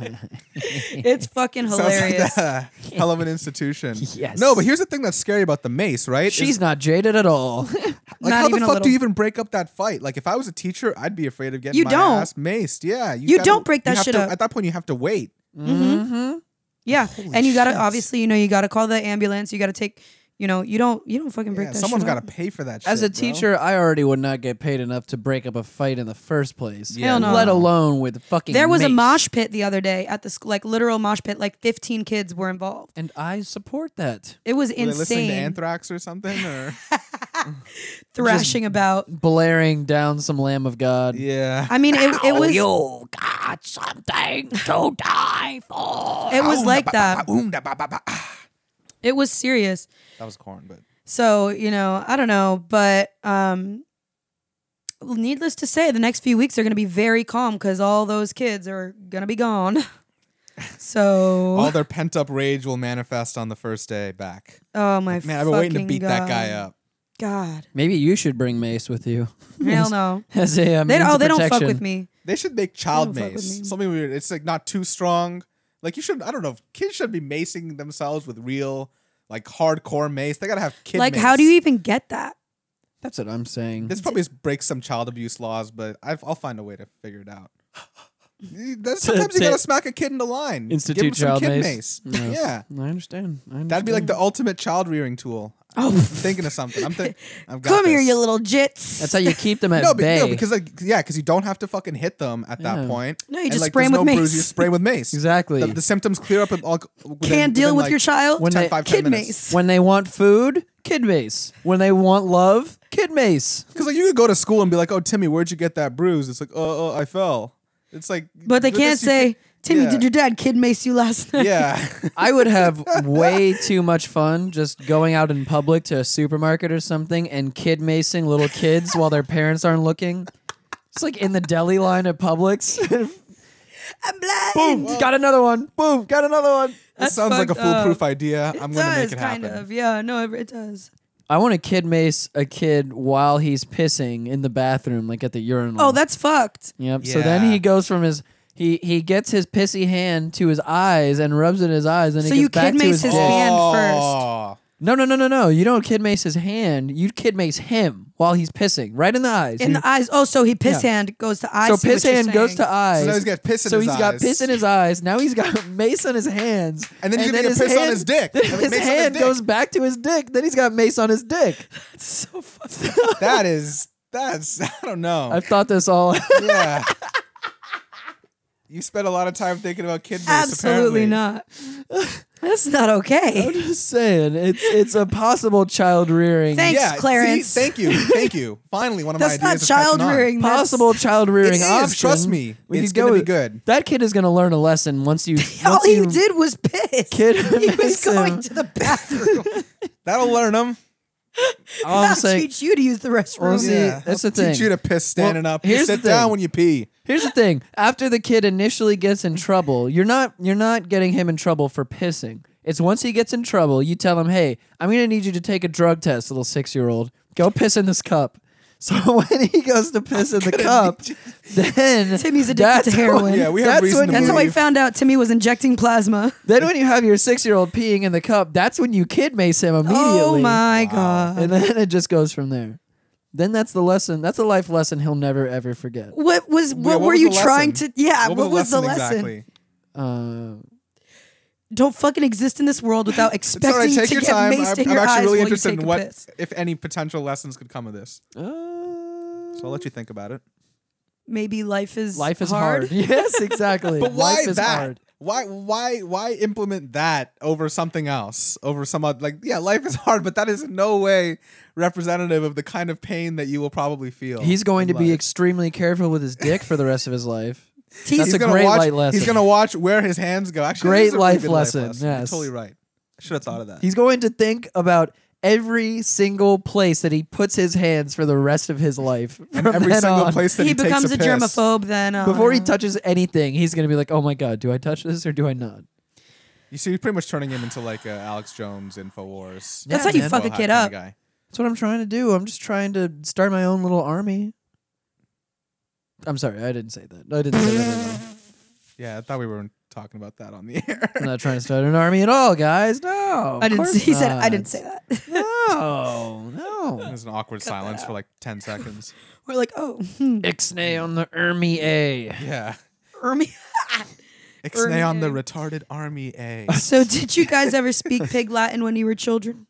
B: it's fucking hilarious.
C: Oh. Sounds like a hell of an institution.
A: Yes.
C: No, but here's the thing that's scary about the mace, right?
A: She's
C: Is,
A: not jaded at all.
C: like,
B: Not
C: how the
B: even a
C: fuck do
B: little.
C: you even break up that fight? Like, if I was a teacher, I'd be afraid of getting
B: You
C: my
B: don't.
C: ass maced. Yeah,
B: You
C: gotta-
B: don't break that
C: have
B: shit
C: to-
B: up.
C: At that point, you have to wait.
A: Mm-hmm.
B: yeah.
C: Holy
B: and you got to,
C: shit.
B: obviously, you know, you got to call the ambulance. You got to take, you know, you don't, you don't fucking break
C: Yeah,
B: that
C: someone's
B: shit
C: got to
B: up.
C: pay for that.
A: As a
C: shit, bro.
A: teacher, I already would not get paid enough to break up a fight in the first place.
C: Hell no.
A: Let alone with fucking.
B: There was a
A: mace.
B: mosh pit the other day at the school, like literal mosh pit. Like 15 kids were involved.
A: and I support that.
B: It was
C: Were they listening to
B: insane.
C: Anthrax or something, or
B: Thrashing about.
A: Blaring down some Lamb of God.
C: yeah,
B: I mean, it, it was
A: you got something to die for.
B: it was like that.
C: That
B: It was serious.
C: was corn, but
B: So you know, I don't know, but um, needless to say, the next few weeks are going to be very calm because all those kids are going to be gone.
C: all
B: So,
C: their pent up rage will manifest on the first day back.
B: oh my
C: Man, I've been waiting to
B: fucking
C: beat that
B: God.
C: guy up.
B: God,
A: Maybe you should bring Mace with you.
B: hell no.
A: As a uh,
B: They,
A: means
B: oh,
A: of
B: they don't fuck
A: protection.
B: with me.
C: They should make child
B: They don't fuck with
C: mace.
B: me.
C: Something weird. It's like not too strong. Like you should. I don't know. Kids should be macing themselves with real, like hardcore mace. They gotta have kid.
B: Like,
C: mace.
B: how do you even get that?
A: That's what I'm saying.
C: This probably breaks some child abuse laws, but I've, I'll find a way to figure it out. That's sometimes you
A: to
C: gotta smack a kid in the line. Give
A: Institute
C: him some
A: child
C: kid
A: mace.
C: mace.
A: No.
C: yeah,
A: I understand. I understand.
C: that'd be like the ultimate child rearing tool.
B: Oh.
C: I'm thinking of something. I'm thinking.
B: Come here, you little jits.
A: That's how you keep them at
C: No, but,
A: bay.
C: no, because like yeah, because you don't have to fucking hit them at
A: Yeah.
C: that point.
B: No, you
C: And,
B: just
C: like,
B: spray 'em
C: there's
B: with
C: no bruise, You
B: mace.
C: spray 'em with mace.
A: Exactly.
C: The, the symptoms clear up. In all, within,
B: Can't deal
C: within,
B: with
C: like,
B: your child.
A: when
C: 10,
A: they-
C: 5, 10
B: Kid
C: minutes.
B: mace.
A: when they want food, kid mace. When they want love, kid mace.
C: Because like you could go to school and be like, "Oh, Timmy, where'd you get that bruise?" It's like, "Oh, oh I fell." It's like,
B: But they
C: this
B: can't
C: you
B: say, Timmy,
C: yeah.
B: did your dad kid mace you last night?
C: yeah,
A: I would have way too much fun just going out in public to a supermarket or something and kid macing little kids while their parents aren't looking. It's like in the deli line at Publix.
B: I'm blind.
A: Boom, got another one. Boom, got another one.
C: this
B: That's
C: sounds like a
B: fucked up.
C: foolproof idea. I'm
B: It
C: gonna
B: does,
C: make it
B: kind
C: happen.
B: of. Yeah, no, it, it does.
A: I want to kid mace a kid while he's pissing in the bathroom, like at the urinal.
B: Oh, that's fucked.
A: Yep. So then
C: Yeah.
A: he goes from his he he gets his pissy hand to his eyes and rubs it in his eyes. Then
B: So
A: he
B: you
A: gets back
B: kid
A: to
B: mace
A: his,
B: his
A: dick.
B: hand?
C: Oh.
A: No, no, no, no, no. You don't kid mace his hand. You kid mace him while he's pissing, right in the eyes.
B: In
A: You-
B: the eyes. Oh, so he piss
A: Yeah.
B: hand goes to eyes.
A: so
B: see what
A: piss
B: you're
A: hand goes to
B: saying.
A: eyes.
C: So now he's got piss in
A: So
C: his
A: he's got
C: eyes.
A: piss in his eyes. Now he's got mace on his hands.
C: And then he's gonna get
A: his
C: piss on his dick.
A: Then
C: I mean,
A: his
C: mace on his
A: hand
C: dick.
A: goes back to his dick. Then he's got mace on his dick.
B: So fucked. up.
C: That is that's I don't know.
A: I've thought this all.
C: yeah. You spent a lot of time thinking about kid mace.
B: Absolutely
C: apparently.
B: not. That's not okay.
A: I'm just saying, it's it's a possible child rearing.
B: Thanks,
C: yeah, see,
B: Clarence.
C: thank you, thank you. Finally, one of
B: That's
C: my
B: not
C: ideas is catching
B: child
C: on.
B: rearing. that's-
A: possible child rearing
C: It is,
A: option.
C: trust me. It's
A: could go
C: gonna be
A: with-
C: good.
A: That kid is going to learn a lesson once you.
B: All
A: once
B: he
A: you
B: did was piss.
A: Kid
B: he was
A: mace him.
B: going to the bathroom.
C: That'll learn them.
A: All I'm
B: I'll
A: saying.
B: teach you to use the restroom.
A: Well, see, that's the
C: Teach
A: thing.
C: you to piss standing
A: Well,
C: up. You
A: here's the
C: sit down
A: thing.
C: when you pee.
A: Here's the thing: after the kid initially gets in trouble, you're not you're not getting him in trouble for pissing. It's once he gets in trouble, you tell him, "Hey, I'm going to need you to take a drug test, little six year old. Go piss in this cup." So when he goes to piss in the cup, then
B: Timmy's addicted
A: that's
B: to heroin.
A: when-
C: Yeah, we have
A: that's
C: reason
A: when
C: to
A: you-
B: That's how I
C: believe.
B: found out Timmy was injecting plasma.
A: Then when you have your six year old peeing in the cup, that's when you kid mace him immediately.
B: Oh my god.
A: And then it just goes from there. Then that's the lesson. That's a life lesson he'll never ever forget.
B: What was what,
C: Yeah,
B: were
C: was
B: you
C: the
B: trying to
C: lesson?
B: Yeah, what, was the lesson?
C: exactly?
A: Uh,
B: Don't fucking exist in this world without
C: It's all
B: expecting
C: right. Take
B: to
C: your
B: get
C: time. I'm,
B: maced in
C: I'm
B: your
C: actually
B: eyes
C: really
B: while
C: interested
B: you take
C: in
B: a
C: what,
B: piss.
C: if any, potential lessons could come of this.
A: uh,
C: So I'll let you think about it.
B: Maybe life is
A: life is hard. yes, exactly.
C: But why
A: life is
C: that?
A: hard.
C: Why why why implement that over something else? Over some other like yeah, life is hard, but that is in no way representative of the kind of pain that you will probably feel.
A: He's going to
C: in
A: be
C: life.
A: extremely careful with his dick for the rest of his life.
B: He's-
A: That's
C: He's
A: a
C: gonna
A: great
C: watch,
A: life lesson.
C: He's gonna watch where his hands go. Actually,
A: Great
C: this is a really
A: life
C: good
A: lesson,
C: You're
A: yes.
C: totally right. I should have thought of that.
A: He's going to think about every single place that he puts his hands for the rest of his life.
C: and
A: from
C: every
A: then
C: single
A: on.
C: place Oh. that
B: he,
C: he,
B: becomes
C: takes
B: a,
C: a, piss.
B: germaphobe then. Uh,
A: Before he touches anything, he's going to be like, "Oh my god, do I touch this or do I not?"
C: You see, he's pretty much turning him into like uh, Alex Jones, Infowars.
A: That's
B: how you
C: Info
B: fuck a
C: hat
B: kid
C: kinda
B: up.
C: guy.
A: That's what I'm trying to do. I'm just trying to start my own little army. I'm sorry, I didn't say that. I didn't say that at all.
C: Yeah, I thought we weren't talking about that on the air.
A: I'm not trying to start an army at all, guys. No.
B: I
A: of
B: didn't
A: course
B: say, he said I
A: not.
B: didn't say that.
A: No, no.
C: There's an awkward
B: that
C: silence
B: out.
C: for like ten seconds.
B: We're like, oh, hmm,
A: Ixnay on the army A.
C: Yeah.
B: Ermi.
C: Ixnay on the
B: Ernie.
C: retarded army A.
B: so did you guys ever speak pig Latin when you were children?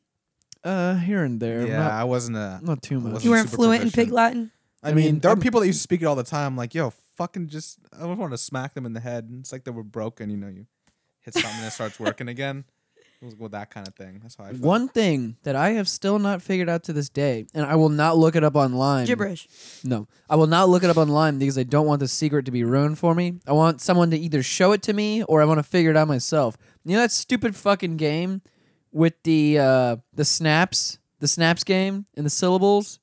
A: Uh, here and there.
C: yeah,
A: Not,
C: I wasn't a.
A: not too much.
B: You weren't
C: Super
B: fluent in
C: proficient.
B: pig Latin?
C: I
A: I
C: mean,
A: mean,
C: there
A: I'm-
C: are people that used to speak it all the time. Like, yo, fucking just, I would want to smack them in the head. And it's like they were broken. You know, you hit something and it starts working again. It was with that kind of thing. That's how I. Felt.
A: One thing that I have still not figured out to this day, and I will not look it up online.
B: Gibberish.
A: No, I will not look it up online because I don't want the secret to be ruined for me. I want someone to either show it to me or I want to figure it out myself. You know that stupid fucking game with the uh, the snaps, the snaps game, and the syllables.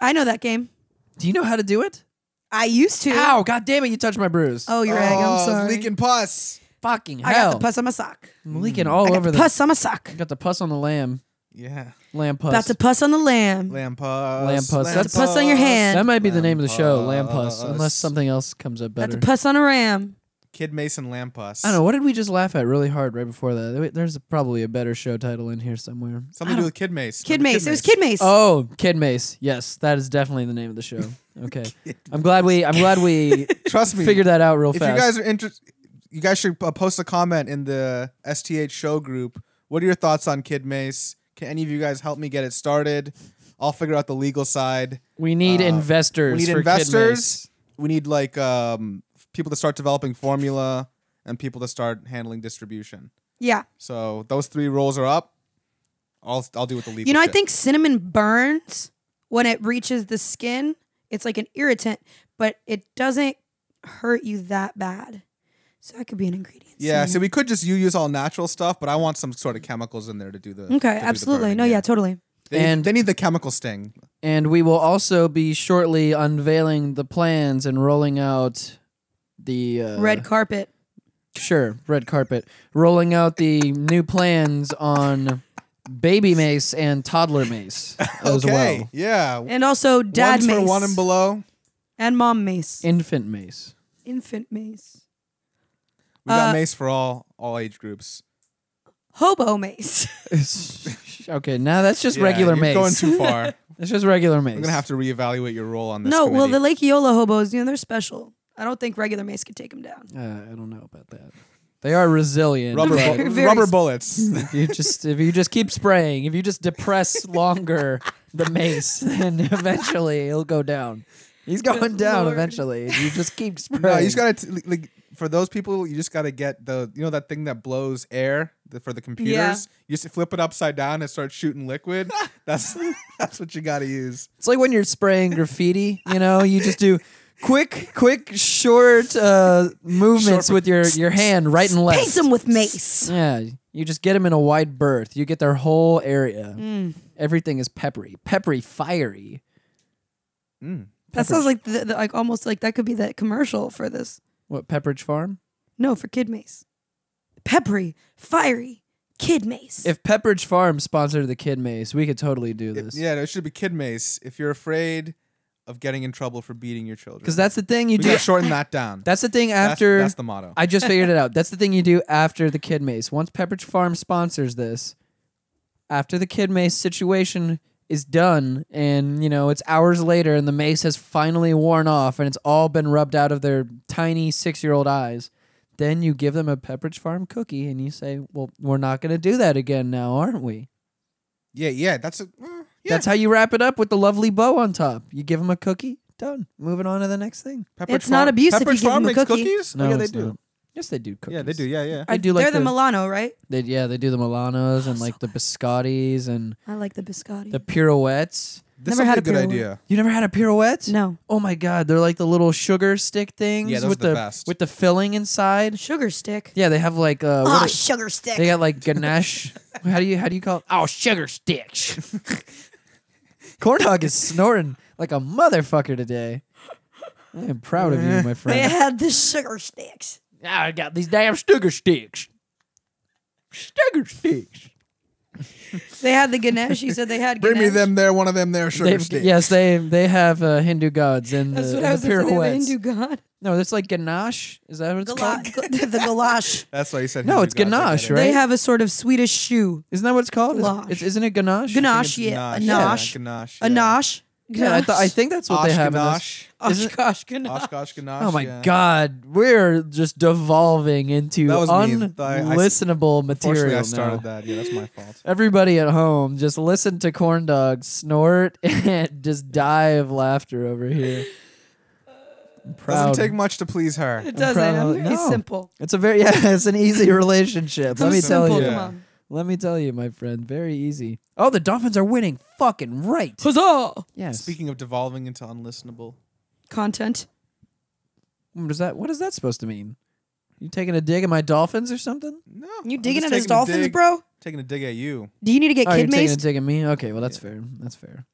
B: I know that game.
A: Do you know how to do it?
B: I used to.
A: Ow! God damn it! You touched my bruise.
B: Oh, you're egg.
C: Oh,
B: I'm
C: it's
B: sorry.
C: Leaking pus.
A: fucking
B: I
A: hell!
B: got the pus on my sock.
A: I'm leaking all
B: I got
A: over
B: the
A: the.
B: pus on my sock.
A: I got the pus on the lamb.
C: Yeah.
A: Lamb pus.
B: About to puss on the lamb.
C: Lamb pus.
A: Lamb pus. That's-
B: Pus on your hand.
A: that might be the
C: Lamb
A: name of the show, Lamb
C: pus.
A: Pus, unless something else comes up
B: About to
A: better.
B: puss on a ram.
C: Kid Mason Lampus.
A: I don't know. What did we just laugh at really hard right before that? There- There's probably a better show title in here somewhere.
C: Something to do with Kid Mace.
B: Kid
C: Remember
B: Mace. It was Kid Mace.
A: Oh, Kid Mace. Yes, that is definitely the name of the show. Okay, I'm glad we. I'm glad we
C: Trust me.
A: figured that out real
C: if
A: fast.
C: you guys are interested, you guys should uh, post a comment in the STH show group. What are your thoughts on Kid Mace? Can any of you guys help me get it started? I'll figure out the legal side.
A: we need
C: uh,
A: investors.
C: We need
A: for Kid Mace.
C: investors. We need like um, people to start developing formula and people to start handling distribution.
B: Yeah.
C: So those three roles are up. I'll I'll do with the legal.
B: You know, I
C: shit.
B: think cinnamon burns when it reaches the skin. It's like an irritant, but it doesn't hurt you that bad. So that could be an ingredient.
C: Yeah, so we could just you use all natural stuff, but I want some sort of chemicals in there to do the. to
B: Okay,
C: do the
B: absolutely.
C: burning,
B: No, yeah, totally.
C: They,
A: And-
C: they need the chemical sting.
A: And we will also be shortly unveiling the plans and rolling out the uh,
B: Red carpet.
A: Sure, red carpet. Rolling out the new plans on baby mace and toddler mace as
C: okay.
A: well.
C: Yeah.
B: And also dad
C: One's
B: mace.
C: for one and below.
B: and mom mace.
A: Infant mace.
B: Infant mace.
C: We got
B: Uh,
C: mace for all all age groups.
B: Hobo mace.
A: okay, now that's just
C: Yeah,
A: regular
C: you're
A: mace.
C: Going too far.
A: That's just regular mace.
C: I'm gonna have to reevaluate your role on this.
B: no, well, the
C: committee.
B: Lake Eola hobos, you know, they're special. I don't think regular mace could take them down.
A: Uh, I don't know about that. They are resilient.
C: rubber
A: but
C: bu-
B: very
C: rubber
B: s-
C: bullets.
A: if you just if you just keep spraying, if you just depress longer the mace, then eventually it'll go down. He's going
B: Good
A: down
B: lord.
A: eventually. if You just keep spraying.
C: no, you just gotta t- like for those people. You just gotta get the you know that thing that blows air the, for the computers. You just flip it upside down and start shooting liquid. that's that's what you gotta use.
A: It's like when you're spraying graffiti, you know, you just do quick, quick, short uh, movements
C: Short-
A: with your, your hand right and left.
B: Paint them with mace.
A: Yeah, you just get them in a wide berth. You get their whole area.
B: Mm.
A: Everything is peppery, peppery, fiery.
C: Mm.
B: That sounds like the, the, like almost like that could be the commercial for this.
A: What Pepperidge Farm?
B: No, for kid mace. Peppery, fiery, kid mace.
A: If Pepperidge Farm sponsored the Kid Mace, we could totally do
C: It-
A: this.
C: yeah, it should be kid mace. If you're afraid of getting in trouble for beating your children,
A: because that's the thing you
C: we
A: do.
C: gotta shorten that down.
A: That's the thing
C: That's-
A: after.
C: that's, the motto.
A: I just figured it out. That's the thing you do after the Kid Mace. Once Pepperidge Farm sponsors this, after the Kid Mace situation is done, and you know it's hours later, and the mace has finally worn off, and it's all been rubbed out of their tiny six-year-old eyes. Then you give them a Pepperidge Farm cookie, and you say, "Well, we're not going to do that again now, aren't we?"
C: yeah, yeah, that's a. mm, yeah.
A: That's how you wrap it up with the lovely bow on top. You give them a cookie. Done. Moving on to the next thing.
C: Pepperidge
B: It's not abuse if you
C: Pepperidge
B: give them
C: Farm
B: a
C: makes
B: cookie.
C: cookies? Oh,
A: No,
C: yeah, they
A: it's
C: do.
A: not. Yes, they do. Cookies.
C: Yeah, they do. Yeah, yeah.
A: I do like
B: They're the,
A: the-
B: Milano, right?
A: They, yeah, they do the Milanos and
B: so
A: like the biscottis and
B: I like the biscotti.
A: the pirouettes.
C: This
B: Never
C: would
B: had
C: be a good
B: a
C: idea.
A: You never had a pirouette?
B: no
A: Oh my god, they're like the little sugar stick things
C: Yeah, those
A: with
C: are the best.
A: with the filling inside.
B: sugar stick.
A: Yeah, they have like uh what
B: Ah,
A: are-
B: sugar stick.
A: they got like ganache. how do you how do you call it? Oh, sugar stick. Corn dog is snoring like a motherfucker today. I am proud of you, my
B: They
A: friend.
B: had the sugar sticks.
A: Ah, I got these damn sugar sticks. Sugar sticks.
B: They had the Ganesh. You said they had.
C: Bring me
B: Ganesh.
C: them there, one of them there, sugar
A: They've-
C: stick.
A: yes, they they have uh, Hindu gods and the,
B: That's what
A: and
B: I
A: the
B: was saying. The
A: uh, pirouettes.
B: Hindu god.
A: No, that's like ganache. Is that what it's
B: Gala-
A: called?
B: the galash.
C: That's why you said.
A: No,
C: Hindu
A: it's
C: gods, I
A: ganache,
C: get it.
A: right?
B: They have a sort of Swedish shoe.
A: Isn't that what it's called? Is-
B: Gulash.
A: it's- isn't it ganache?
B: Ganache,
C: It's
B: yeah. A
C: yeah,
B: nosh.
C: Ganache.
B: A nosh.
A: Yeah, I, th- I think that's what they have. in this.
C: Oshkosh.
A: is
B: Osh
A: it-
B: gosh, ganache.
C: Oshkosh ganache.
A: Oh my
C: yeah.
A: God, we're just devolving into
C: That was me. I- I s-
A: unlistenable
C: Fortunately,
A: material
C: I started
A: now.
C: that. Yeah, that's my fault.
A: Everybody at home, just listen to Corn Dog snort and just die of laughter over here. I'm proud.
C: Doesn't take much to please her.
B: It doesn't. I'm
A: proud-
B: very
A: no.
B: simple.
A: it's a very yeah, it's an easy relationship. Let
B: I'm
A: me tell
B: simple,
A: you.
B: Come
C: Yeah.
B: on.
A: Let me tell you, my friend. Very easy. Oh, the Dolphins are winning. Fucking right.
B: Huzzah!
A: Yes.
C: Speaking of devolving into unlistenable,
B: Content.
A: What is that? What is that supposed to mean? You taking a dig at my dolphins or something?
C: no,
B: You
C: I'm
B: digging
C: just
B: at his
C: taking a
B: dolphins,
C: dig-
B: bro?
C: Taking a dig at you.
B: Do you need to get
A: oh, you're
B: kid
A: taking a
B: maced?
A: dig at me? Okay, well that's fair. That's fair.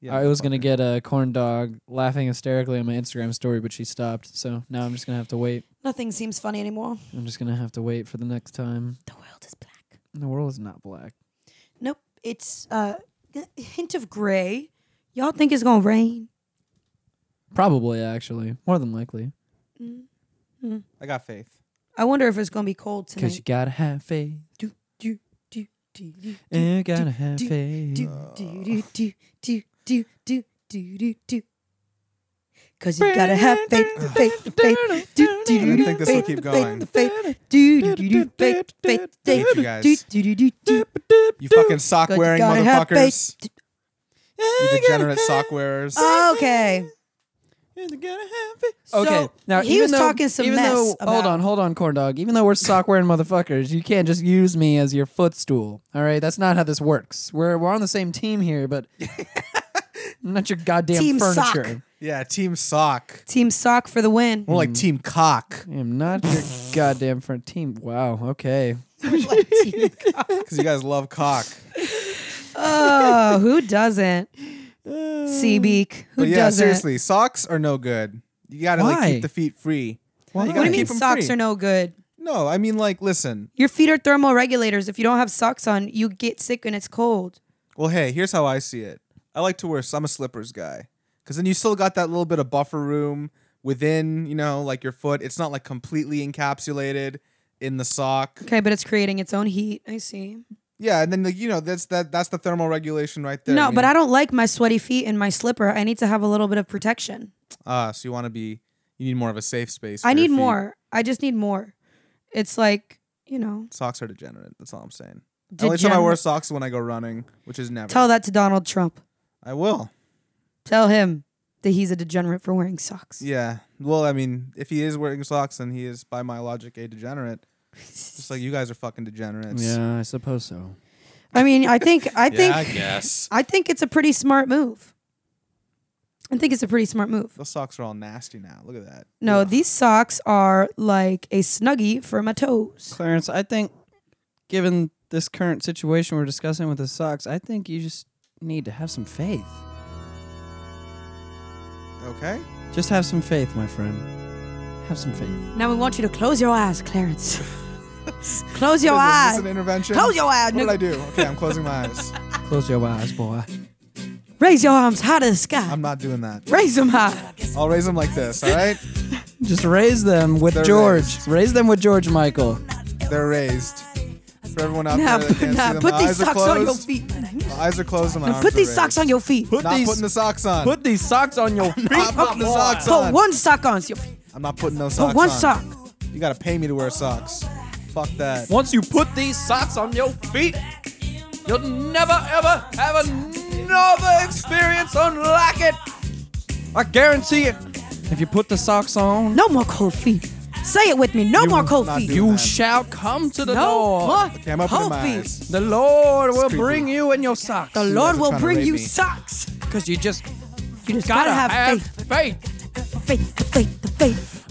C: Yeah,
A: I was gonna
C: motherfucker.
A: get a corn dog laughing hysterically on my Instagram story, but she stopped. So now I'm just gonna have to wait.
B: Nothing seems funny anymore.
A: I'm just gonna have to wait for the next time.
B: The world is black.
A: The world is not black.
B: Nope. It's uh, a hint of gray. Y'all think it's gonna rain?
A: Probably, actually, more than likely.
C: I got faith.
B: I wonder if it's gonna be cold
A: Because you
B: tonight.
A: gotta have faith.
B: Do, do, do, do, do,
A: And you gotta have
B: do,
A: faith.
B: do, do, do, do, do, do, do, do, do, do. Cause you gotta have faith, faith, faith. Do, do, do,
C: I
B: do,
C: think this will
B: faith,
C: keep
B: faith,
C: going.
B: faith. Do, do, do, do, faith, faith,
C: Hate
B: faith.
C: you
B: Do,
C: guys.
B: do, do, do, do.
C: You fucking sock
B: Cause you
C: wearing
B: gotta have
C: motherfuckers.
B: faith.
C: You degenerate sock wearers.
B: Ah. Okay.
A: Okay.
B: So,
A: now
B: he
A: even
B: was
A: though-
B: talking some
A: even
B: mess
A: Though, Hold
B: about-
A: on, hold on, corn dog. Even though we're sock wearing motherfuckers, you can't just use me as your footstool. All right, that's not how this works. We're we're on the same team here, but I'm not your goddamn
B: Team sock.
A: furniture.
C: yeah, team sock.
B: Team sock for the win.
C: More like team cock.
A: I am not your goddamn front team. Wow. Okay.
C: Because you guys love cock.
B: Oh, who doesn't? Seabeak. Who
C: Uh, But yeah,
B: doesn't?
C: seriously, socks are no good. You gotta like
A: Why?
C: keep the feet free.
A: Why?
C: You
B: What do
C: gotta
B: you mean
C: keep 'em
B: socks
C: free.
B: are no good?
C: No, I mean like listen.
B: Your feet are thermoregulators. If you don't have socks on, you get sick when it's cold.
C: Well, hey, here's how I see it. I like to wear. I'm a slippers guy, because then you still got that little bit of buffer room within, you know, like your foot. It's not like completely encapsulated in the sock.
B: Okay, but it's creating its own heat. I see.
C: Yeah, and then like you know that's that that's the thermal regulation right there.
B: no,
C: mean,
B: but I don't like my sweaty feet in my slipper. I need to have a little bit of protection.
C: Ah, so you want to be. You need more of a safe space. for
B: I
C: your
B: need
C: feet.
B: more. I just need more. It's like, you know,
C: Socks are degenerate. That's all I'm saying. The only time I wear socks is when I go running, which is never.
B: tell that to Donald Trump.
C: I will.
B: Tell him that he's a degenerate for wearing socks.
C: Yeah. Well, I mean, if he is wearing socks, then he is, by my logic, a degenerate. Just like you guys are fucking degenerates.
A: Yeah, I suppose so.
B: I mean, I think I think
C: guess.
B: I think it's a pretty smart move. I think it's a pretty smart move.
C: Those socks are all nasty now. Look at that.
B: No, these socks are like a snuggie for my toes.
A: Clarence, I think given this current situation we're discussing with the socks, I think you just need to have some faith.
C: Okay.
A: Just have some faith, my friend. Have some faith.
B: Now we want you to close your eyes, Clarence. close your eyes.
C: What is this, is this an intervention?
B: Close your eyes.
C: What did
B: nigga.
C: I do? Okay, I'm closing my eyes.
A: Close your eyes, boy.
B: Raise your arms high to the sky.
C: I'm not doing that.
B: Raise them high.
C: I'll raise them like this, all right?
A: Just raise them with
C: They're
A: George.
C: raised.
A: Raise them with George Michael.
C: They're raised. For everyone out
B: Now,
C: there that can't see
B: now
C: them,
B: put
C: my
B: these
C: eyes are
B: socks on your
C: closed.
B: feet.
C: My eyes are closed and my
B: Now
C: arms
B: put
C: are
B: these socks
C: raised.
B: on your feet.
A: Put
C: Not
A: these
C: putting the socks on.
A: put these socks on your feet.
C: not putting the socks on.
B: Put Oh, one sock on your feet.
C: I'm not putting no socks
B: Put one
C: on.
B: sock.
C: You gotta pay me to wear socks. Fuck that.
A: Once you put these socks on your feet, you'll never ever have another experience unlike it. I guarantee it. If you put the socks on,
B: No more cold feet. Say it with me. No more cold
C: not
B: feet.
C: doing
A: you
C: man.
A: shall come to the
B: no
A: Lord.
B: more
C: Okay, I'm opening
B: cold
C: my
B: feet.
C: eyes.
A: The Lord will
C: creepy.
A: bring you and your socks.
B: The Lord
C: guys are
B: will
C: trying to
B: bring
C: rape
B: you
C: me.
B: socks.
A: Because you just
B: You just
A: gotta,
B: gotta, have, faith.
A: have faith.
B: Faith, the faith, the faith.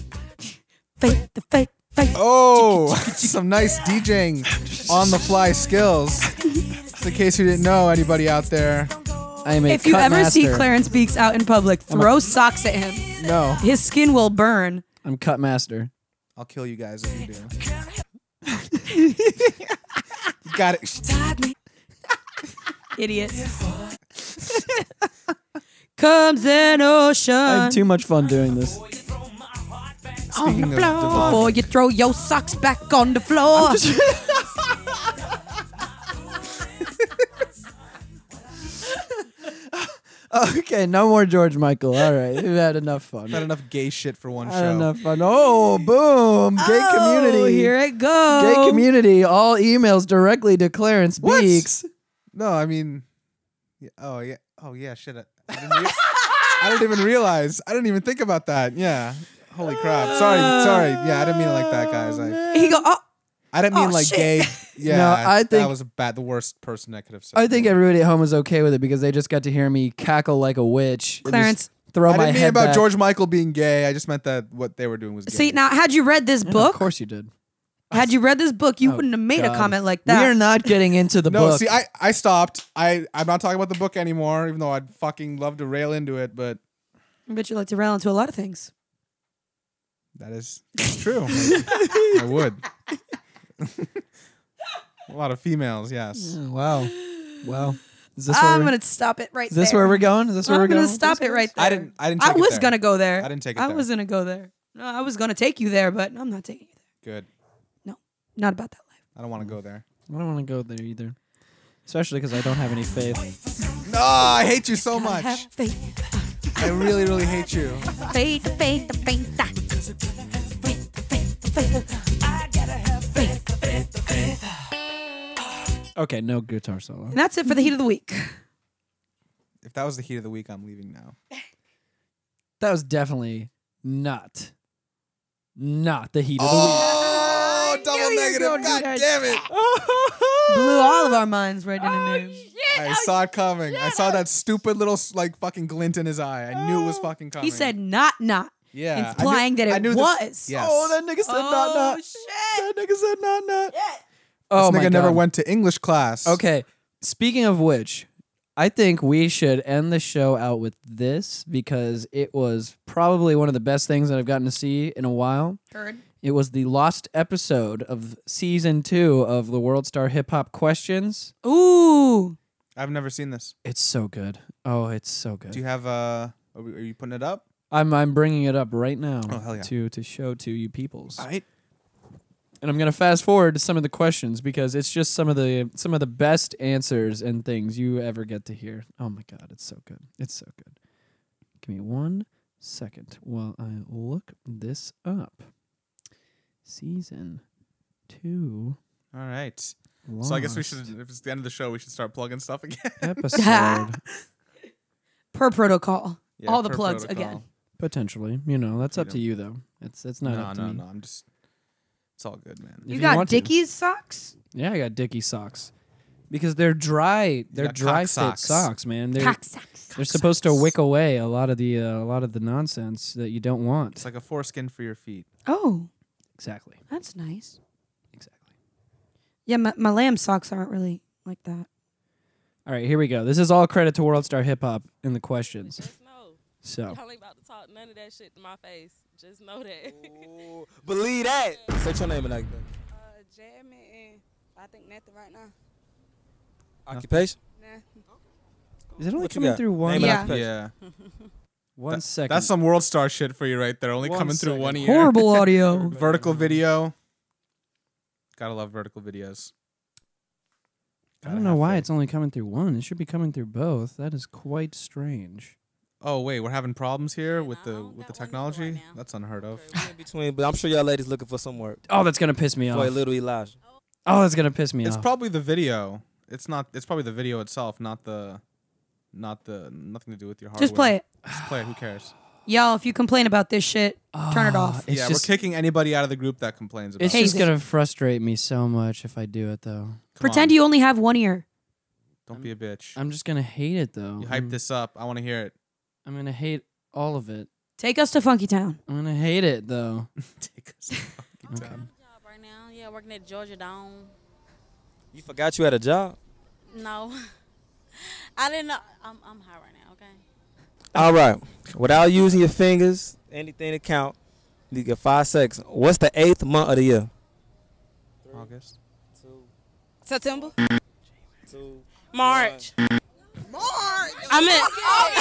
B: Faith, the faith, faith.
C: Oh, some nice DJing on the fly skills. Just in case you didn't know, anybody out there,
A: I am a
B: If you
A: cut
B: ever see
A: master.
B: Clarence Beeks out in public, throw socks at him.
C: no.
B: His skin will burn.
A: I'm cut master.
C: I'll kill you guys if you do. you got it.
B: Idiot. Comes an
A: I had
B: ocean.
A: too much fun doing this.
C: Speaking of
B: Before
C: divine,
B: you throw your socks back on the floor.
A: Okay, no more George Michael. All right, we've had enough fun.
C: not enough gay shit for one
A: Had
C: show.
A: enough fun. Oh, boom! Gay
B: Oh,
A: community.
B: here it goes.
A: Gay community. All emails directly to Clarence
C: What?
A: Beeks.
C: No, I mean, yeah, oh yeah, oh yeah, shit. I, I didn't, rea- I didn't even realize. I didn't even think about that. Yeah. Holy crap. Sorry, sorry. Yeah, I didn't mean it like that, guys. I,
B: He go, oh,
C: I didn't mean
B: Oh,
C: like
B: shit.
C: gay. Yeah,
A: I
C: that
A: think-
C: was a bad, the worst person I could have said.
A: I think everybody at home was okay with it because they just got to hear me cackle like a witch. and
B: Clarence.
A: just throw
C: I
A: my
C: didn't mean
A: head
C: about
A: back.
C: George Michael being gay. I just meant that what they were doing was gay.
B: See, now, had you read this
A: Of
B: book,
A: course you did.
B: had you read this book, you wouldn't have made
A: God.
B: a comment like that.
A: We are not getting into the
C: no,
A: book.
C: see, I, I stopped. I I'm not talking about the book anymore, even though I'd fucking love to rail into it. But
B: I bet you like to rail into a lot of things.
C: that is true. I would. a lot of females, yes.
A: Oh, wow. Wow. Is this, where
B: I'm
A: we're,
B: gonna stop it right
A: is this
B: there.
A: where we're going? Is this where
B: I'm
A: we're
B: gonna
A: going?
B: stop it right there.
C: I didn't. I didn't. Take
B: I
C: it
B: was
C: there.
B: gonna go there.
C: I didn't take it
B: I
C: there.
B: was gonna go there. No, I was gonna take you there, but I'm not taking you there.
C: Good.
B: Not about that life.
C: I don't want to go there.
A: I don't want to go there either. Especially because I don't have any faith.
C: No, I hate you so
B: I have
C: much.
B: faith,
C: I really, really hate you.
B: faith, faith, faith.
A: Okay, no guitar solo.
B: And that's it for the heat of the week.
C: If that was the heat of the week, I'm leaving now.
A: That was definitely not, not the heat of the
C: Oh,
B: I
C: double
B: knew you were
C: negative.
B: gonna do
C: God
B: that.
C: damn it.
B: Blew all of our minds right in
C: Oh,
B: the news.
C: I saw it coming. I saw that stupid little s- like fucking glint in his eye. I knew it was fucking
B: Oh.
C: coming.
B: He said, "Not, not."
C: yeah, I knew-
B: implying that it
C: I knew this-
B: was.
C: yes.
A: Oh, that nigga said not not.
B: shit!
A: That nigga said not not. Oh
C: this
A: my
C: nigga never
A: God.
C: went to English class.
A: Okay. Speaking of which, I think we should end the show out with this because it was probably one of the best things that I've gotten to see in a while.
B: Heard.
A: It was the lost episode of season two of the World Star Hip Hop Questions.
B: Ooh,
C: I've never seen this.
A: It's so good. Oh, it's so good.
C: Do you have uh Are, we, are you putting it up?
A: I'm I'm bringing it up right now
C: Oh, hell yeah.
A: to to show to you peoples.
C: right.
A: and I'm gonna fast forward to some of the questions because it's just some of the some of the best answers and things you ever get to hear. Oh my god, it's so good. It's so good. Give me one second while I look this up. Season two.
C: All right.
A: Lost
C: So I guess we should. If it's the end of the show, we should start plugging stuff again.
A: episode
B: per protocol.
C: Yeah,
B: all the
C: per
B: plugs
C: protocol.
B: again.
A: potentially. You know, that's up to
C: Freedom.
A: you though. It's it's not
C: No,
A: up to
C: no,
A: me.
C: no. I'm just. It's all good, man.
A: If
B: you got
A: want to.
B: Dickies socks,
A: Yeah, I got Dickie socks because they're dry. They're
C: got
A: dry
C: cock
A: fit
C: socks.
A: socks. man. They're
B: cock socks.
A: they're supposed to wick away a lot of the uh, a lot of the nonsense that you don't want.
C: It's like a foreskin for your feet.
B: Oh,
A: Exactly.
B: that's nice.
A: Exactly.
B: Yeah, my, my lamb socks aren't really like that.
A: All right, here we go. This is all credit to World Star Hip Hop in the questions.
D: Just know.
A: So
D: Y'all ain't about to talk none of that shit to my face. Just know that.
E: Believe that. Say your name and like that.
F: Uh, jamming and I think nothing right now.
E: Occupation?
F: Nah.
A: is it only
E: What you
A: coming
E: got?
A: through one
E: Name and
B: Oh. Yeah.
E: occupation.
C: Yeah.
B: Hmm.
A: one second?
C: That's some world star shit for you right there. Only
A: One
C: coming
A: second.
C: through one ear.
B: Horrible audio.
C: Vertical video. Gotta love vertical videos.
A: I don't know why it's only coming through one. It should be coming through both. That is quite strange.
C: Oh wait, we're having problems here with
D: I
C: the
D: don't
C: with the
D: got one either right
C: technology.
D: now.
C: That's unheard of.
E: In between, but I'm sure y'all ladies looking for some work.
A: Oh, that's gonna piss me
E: Boy,
A: off.
E: little Elijah.
A: Oh, that's gonna piss me
C: It's
A: off.
C: probably the video. It's not. It's probably the video itself, not the, not the nothing to do with your hardware.
B: Just play it,
C: Just play it. Who cares?
B: y'all. If you complain about this shit, turn it
A: Ah,
B: off.
A: It's
C: yeah,
A: just
C: we're kicking anybody out of the group that complains about.
A: it's
C: it.
B: Hey,
A: just
B: th-
A: gonna frustrate me so much if I do it though.
C: Come
B: Pretend
C: on,
B: you only have one ear.
C: Don't be a bitch.
A: I'm just gonna hate it though.
C: you
A: I'm-
C: hype this up. I want to hear it.
A: I'm gonna hate all of it.
B: Take us to Funky Town.
A: I'm gonna hate it though.
C: Take us.
A: Okay.
D: Job right now, yeah, working at Georgia Dome.
E: You forgot you had a job?
D: No, I didn't know. I'm I'm high right now. Okay.
E: All right. Without using your fingers, anything to count, you get five seconds. What's the eighth month of the year?
C: August.
E: Two,
F: September?
E: two.
D: March. I'm in.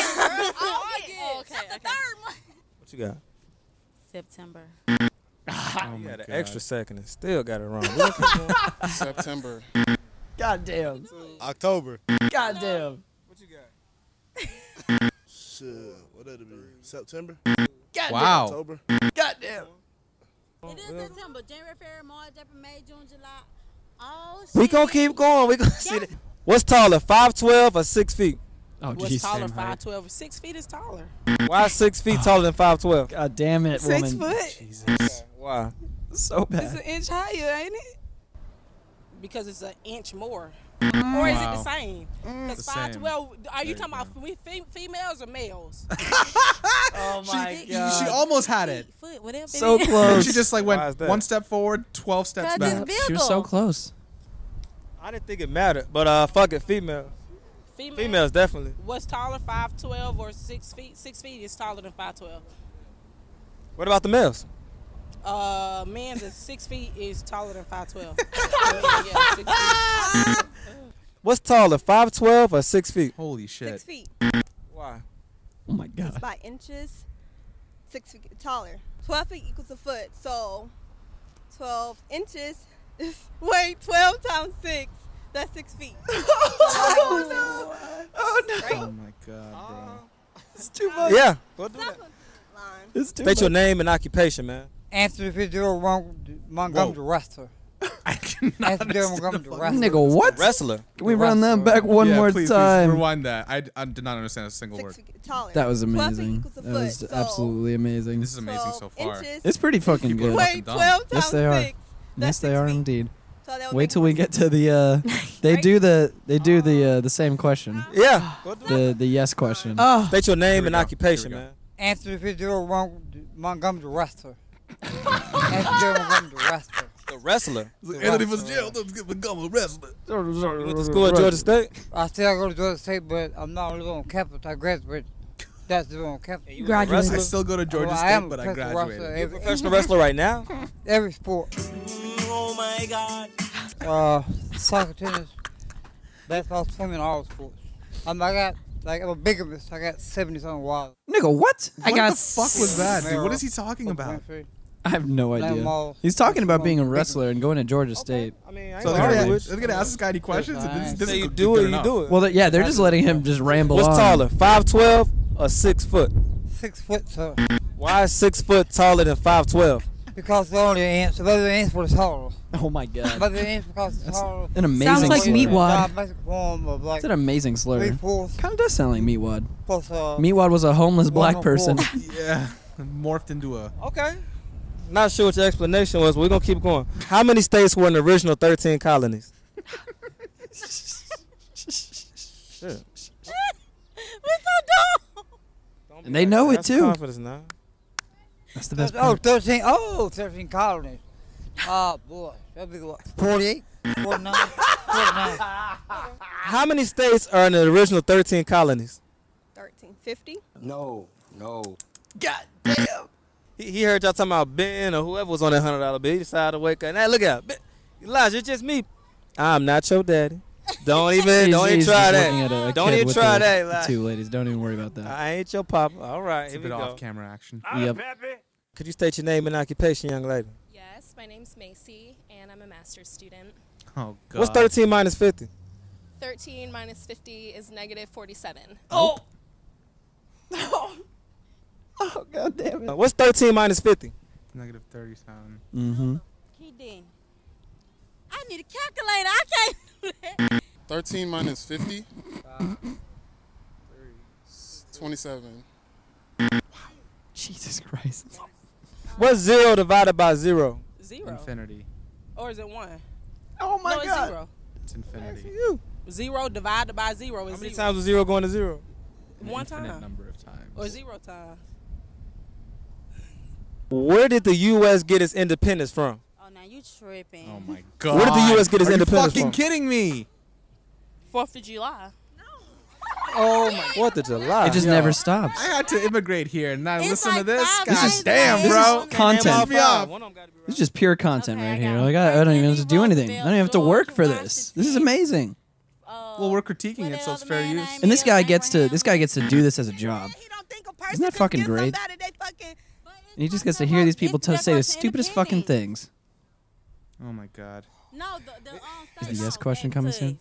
D: Oh, okay. okay.
E: What you got?
D: September.
C: Oh
E: You
C: my
E: had
C: God.
E: an extra second and still got it wrong.
G: September.
A: Goddamn.
G: October.
A: Goddamn.
G: Shit. What that'll be? September?
C: Wow.
G: October?
D: It is September. January, February, March, April, May, June, July. Oh shit.
E: we gonna keep going. We gonna see that. What's taller, five twelve or six feet?
A: Oh
H: What's
A: jeez.
H: taller, five twelve? Six feet is taller.
E: Why six feet taller than five twelve?
A: God damn it,
H: Six
A: woman.
H: foot.
E: Why?
A: So bad.
H: It's an inch higher, ain't it? Because it's an inch more. Or is it
C: Wow.
H: Mm. the same? Because
C: The
H: five
C: same.
H: twelve. Are you
C: There you
H: talking about we fe- females or males?
A: Oh my
C: She, she almost had it.
D: Foot, whatever.
A: So
D: it is.
A: close.
C: She just like
E: Why is
C: went
E: that?
C: one step forward, twelve steps
D: Cause
C: back.
D: it's
A: She was so
D: Beagle.
A: close.
E: I didn't think it mattered, but uh, fuck it, female.
H: Female.
E: Females definitely.
H: What's taller, five twelve or six feet? Six feet is taller than five twelve.
E: What about the males?
H: Uh, man's at six feet is taller than five twelve. yeah, six feet.
E: What's taller, five twelve or six feet?
C: Holy shit.
F: Six feet.
E: Why?
A: Oh my god.
F: By inches.
I: six feet taller. 12 feet equals a foot, so 12 inches is, wait, 12 times 6, that's 6 feet. oh
C: Oh my god,
I: It's too
E: Yeah.
I: Go do that.
E: It's State your name and occupation, man.
J: Anthony Fitzgerald Mon- Montgomery Wrestler. I cannot Anthony Montgomery Wrestler.
A: Nigga, what?
E: Wrestler.
A: Can we run that back one
C: Yeah,
A: more
C: please, please
A: time?
C: rewind that. I, I did not understand a single word.
I: Taller.
A: that was
I: 12 feet
A: amazing.
I: equals a
A: That
I: foot,
A: was
I: so
A: absolutely amazing.
C: This is amazing so
I: 12
C: far.
I: inches.
A: It's pretty fucking
C: people are
A: good.
C: fucking
I: Wait,
C: dumb.
I: 12 times
A: Yes, they are.
I: 6.
A: Yes, they are indeed.
I: So that would
A: Wait
I: make
A: till we get to the. uh They
I: Right?
A: do the. They do the. uh The same question.
E: Yeah.
I: Uh,
A: The the yes question.
B: Oh,
E: State your name
C: we
E: and
C: go.
E: occupation,
C: Here we
E: man.
J: Anthony Fitzgerald Mon- Montgomery Wrestler. Anthony Montgomery Wrestler.
E: The wrestler.
J: Anthony Fitzgerald
E: You went to school at Georgia State.
J: I still go to Georgia State, but I'm not only on campus. I graduated. That's the on campus.
B: you graduated.
C: I still go to Georgia
J: Well, I am
C: State,
J: a
C: but I
J: professional wrestler.
C: graduated.
J: Every,
E: Professional wrestler right now.
J: every sport. Oh my god. Uh, soccer, tennis, basketball, swimming, all sports. Um, I got like I'm a bigamist. I got seventy something wild.
A: Nigga, what?
B: I got
C: What the fuck was that, dude? What is he talking about?
A: I have no idea.
J: Mall.
A: He's talking about
J: Mall.
A: being a wrestler and going to Georgia State.
E: I mean, I ain't
C: So
E: gonna
C: they're
E: argue
C: gonna,
E: with
C: they're gonna ask this guy any questions, and this, this
E: Say
C: is
E: you
C: good-
E: do
C: good
E: it, you
C: enough.
E: do it.
A: Well, uh, th- yeah, they're just letting him just ramble
E: What's
A: on.
E: taller, five twelve or six foot?
J: Six foot, sir.
E: Why is six foot taller than five twelve?
J: Because the only ants, the other ants were taller.
A: Oh my god.
J: But the ants because the taller.
A: An amazing.
B: Sounds like
A: slur.
B: meat wad.
J: Basic form of like
A: It's an amazing slur.
J: three fourths
A: Kind of does sound like Meatwad.
J: plus uh.
A: Meatwad was a homeless black
J: One
A: person.
J: more.
C: Yeah, morphed into a.
E: Okay. Not sure what your explanation was. but We're gonna keep going. How many states were in the original thirteen colonies?
I: We're so dumb.
A: And they know it
E: That's
A: too.
E: Confidence now.
A: That's the best
J: Oh,
A: part.
J: 13. Oh, 13 colonies. Oh, boy. That'd be what? 48? 49? 49.
E: How many states are in the original thirteen colonies?
I: 13, 50.
E: He, he heard y'all talking about Ben or whoever was on that hundred dollar bill. He decided to wake up. Now look out, Ben, Elijah, it's just me. I'm not your daddy. Don't even,
A: He's-
E: don't even
A: he's
E: try
A: just looking
E: that.
A: at a- a
E: Don't
A: kid
E: even
A: with
E: try
A: the-
E: that,
A: the
E: Elijah.
A: Two ladies, don't even worry about that.
E: I ain't your papa. All right, here
C: a
E: we
C: bit
E: go. Ah.
C: off camera action.
A: Yep.
E: Could you state your name and occupation, young lady?
K: Yes, my name's Macy, and I'm a master's student.
C: Oh god.
E: What's 13 minus 50?
K: 13 minus 50 is negative 47.
I: Oh.
E: Uh, What's 13 minus 50?
C: Negative thirty-seven.
A: Mm-hmm.
D: He did.
I: I need a calculator. I can't.
G: 13 minus 50? 27.
A: Jesus Christ.
E: What's 0 divided by 0?
F: Zero.
C: Infinity.
F: Or is it one?
A: Oh
F: no, it's zero.
C: It's infinity.
F: Zero divided by zero
E: How
F: is
E: many
F: zero.
E: times was 0 going to 0?
C: An
F: One
C: infinite
F: time.
C: number of times.
H: Oh,
F: Or zero times.
E: Where did the U.S. get its independence from?
D: Oh, now you tripping.
C: Oh my god.
E: Where did the US get its
C: Are
E: independence
C: You fucking
E: from?
C: kidding me?
K: Fourth of July.
E: Oh my. 4th of July.
A: It just
E: Yo.
A: never stops.
C: I had to immigrate here, and now
D: It's
C: listen to
D: like
C: this.
D: five
C: God
A: days
C: damn,
A: away.
C: bro.
A: This is content.
C: Pisses me off.
E: One of 'em gotta be right.
A: This is just pure content
D: Okay, I
A: right
D: got
A: here.
D: it.
A: Like I, I don't even have to do
D: Franklin D.
A: anything. I don't even have to work for
D: Roosevelt,
A: this. This is
D: Washington,
A: amazing.
D: Uh,
C: Well, we're critiquing it, so it's fair use.
A: And this guy gets to this guy gets to do this as a job.
I: He don't think a person
A: Isn't that
I: could
A: fucking
I: give
A: great?
I: somebody they fucking
A: And he just gets to hear these people t- say the stupidest fucking things.
C: Oh my god.
D: No, the, the, um,
A: Is the yes
D: no,
A: question
D: back
A: coming
D: to
A: soon?
D: it.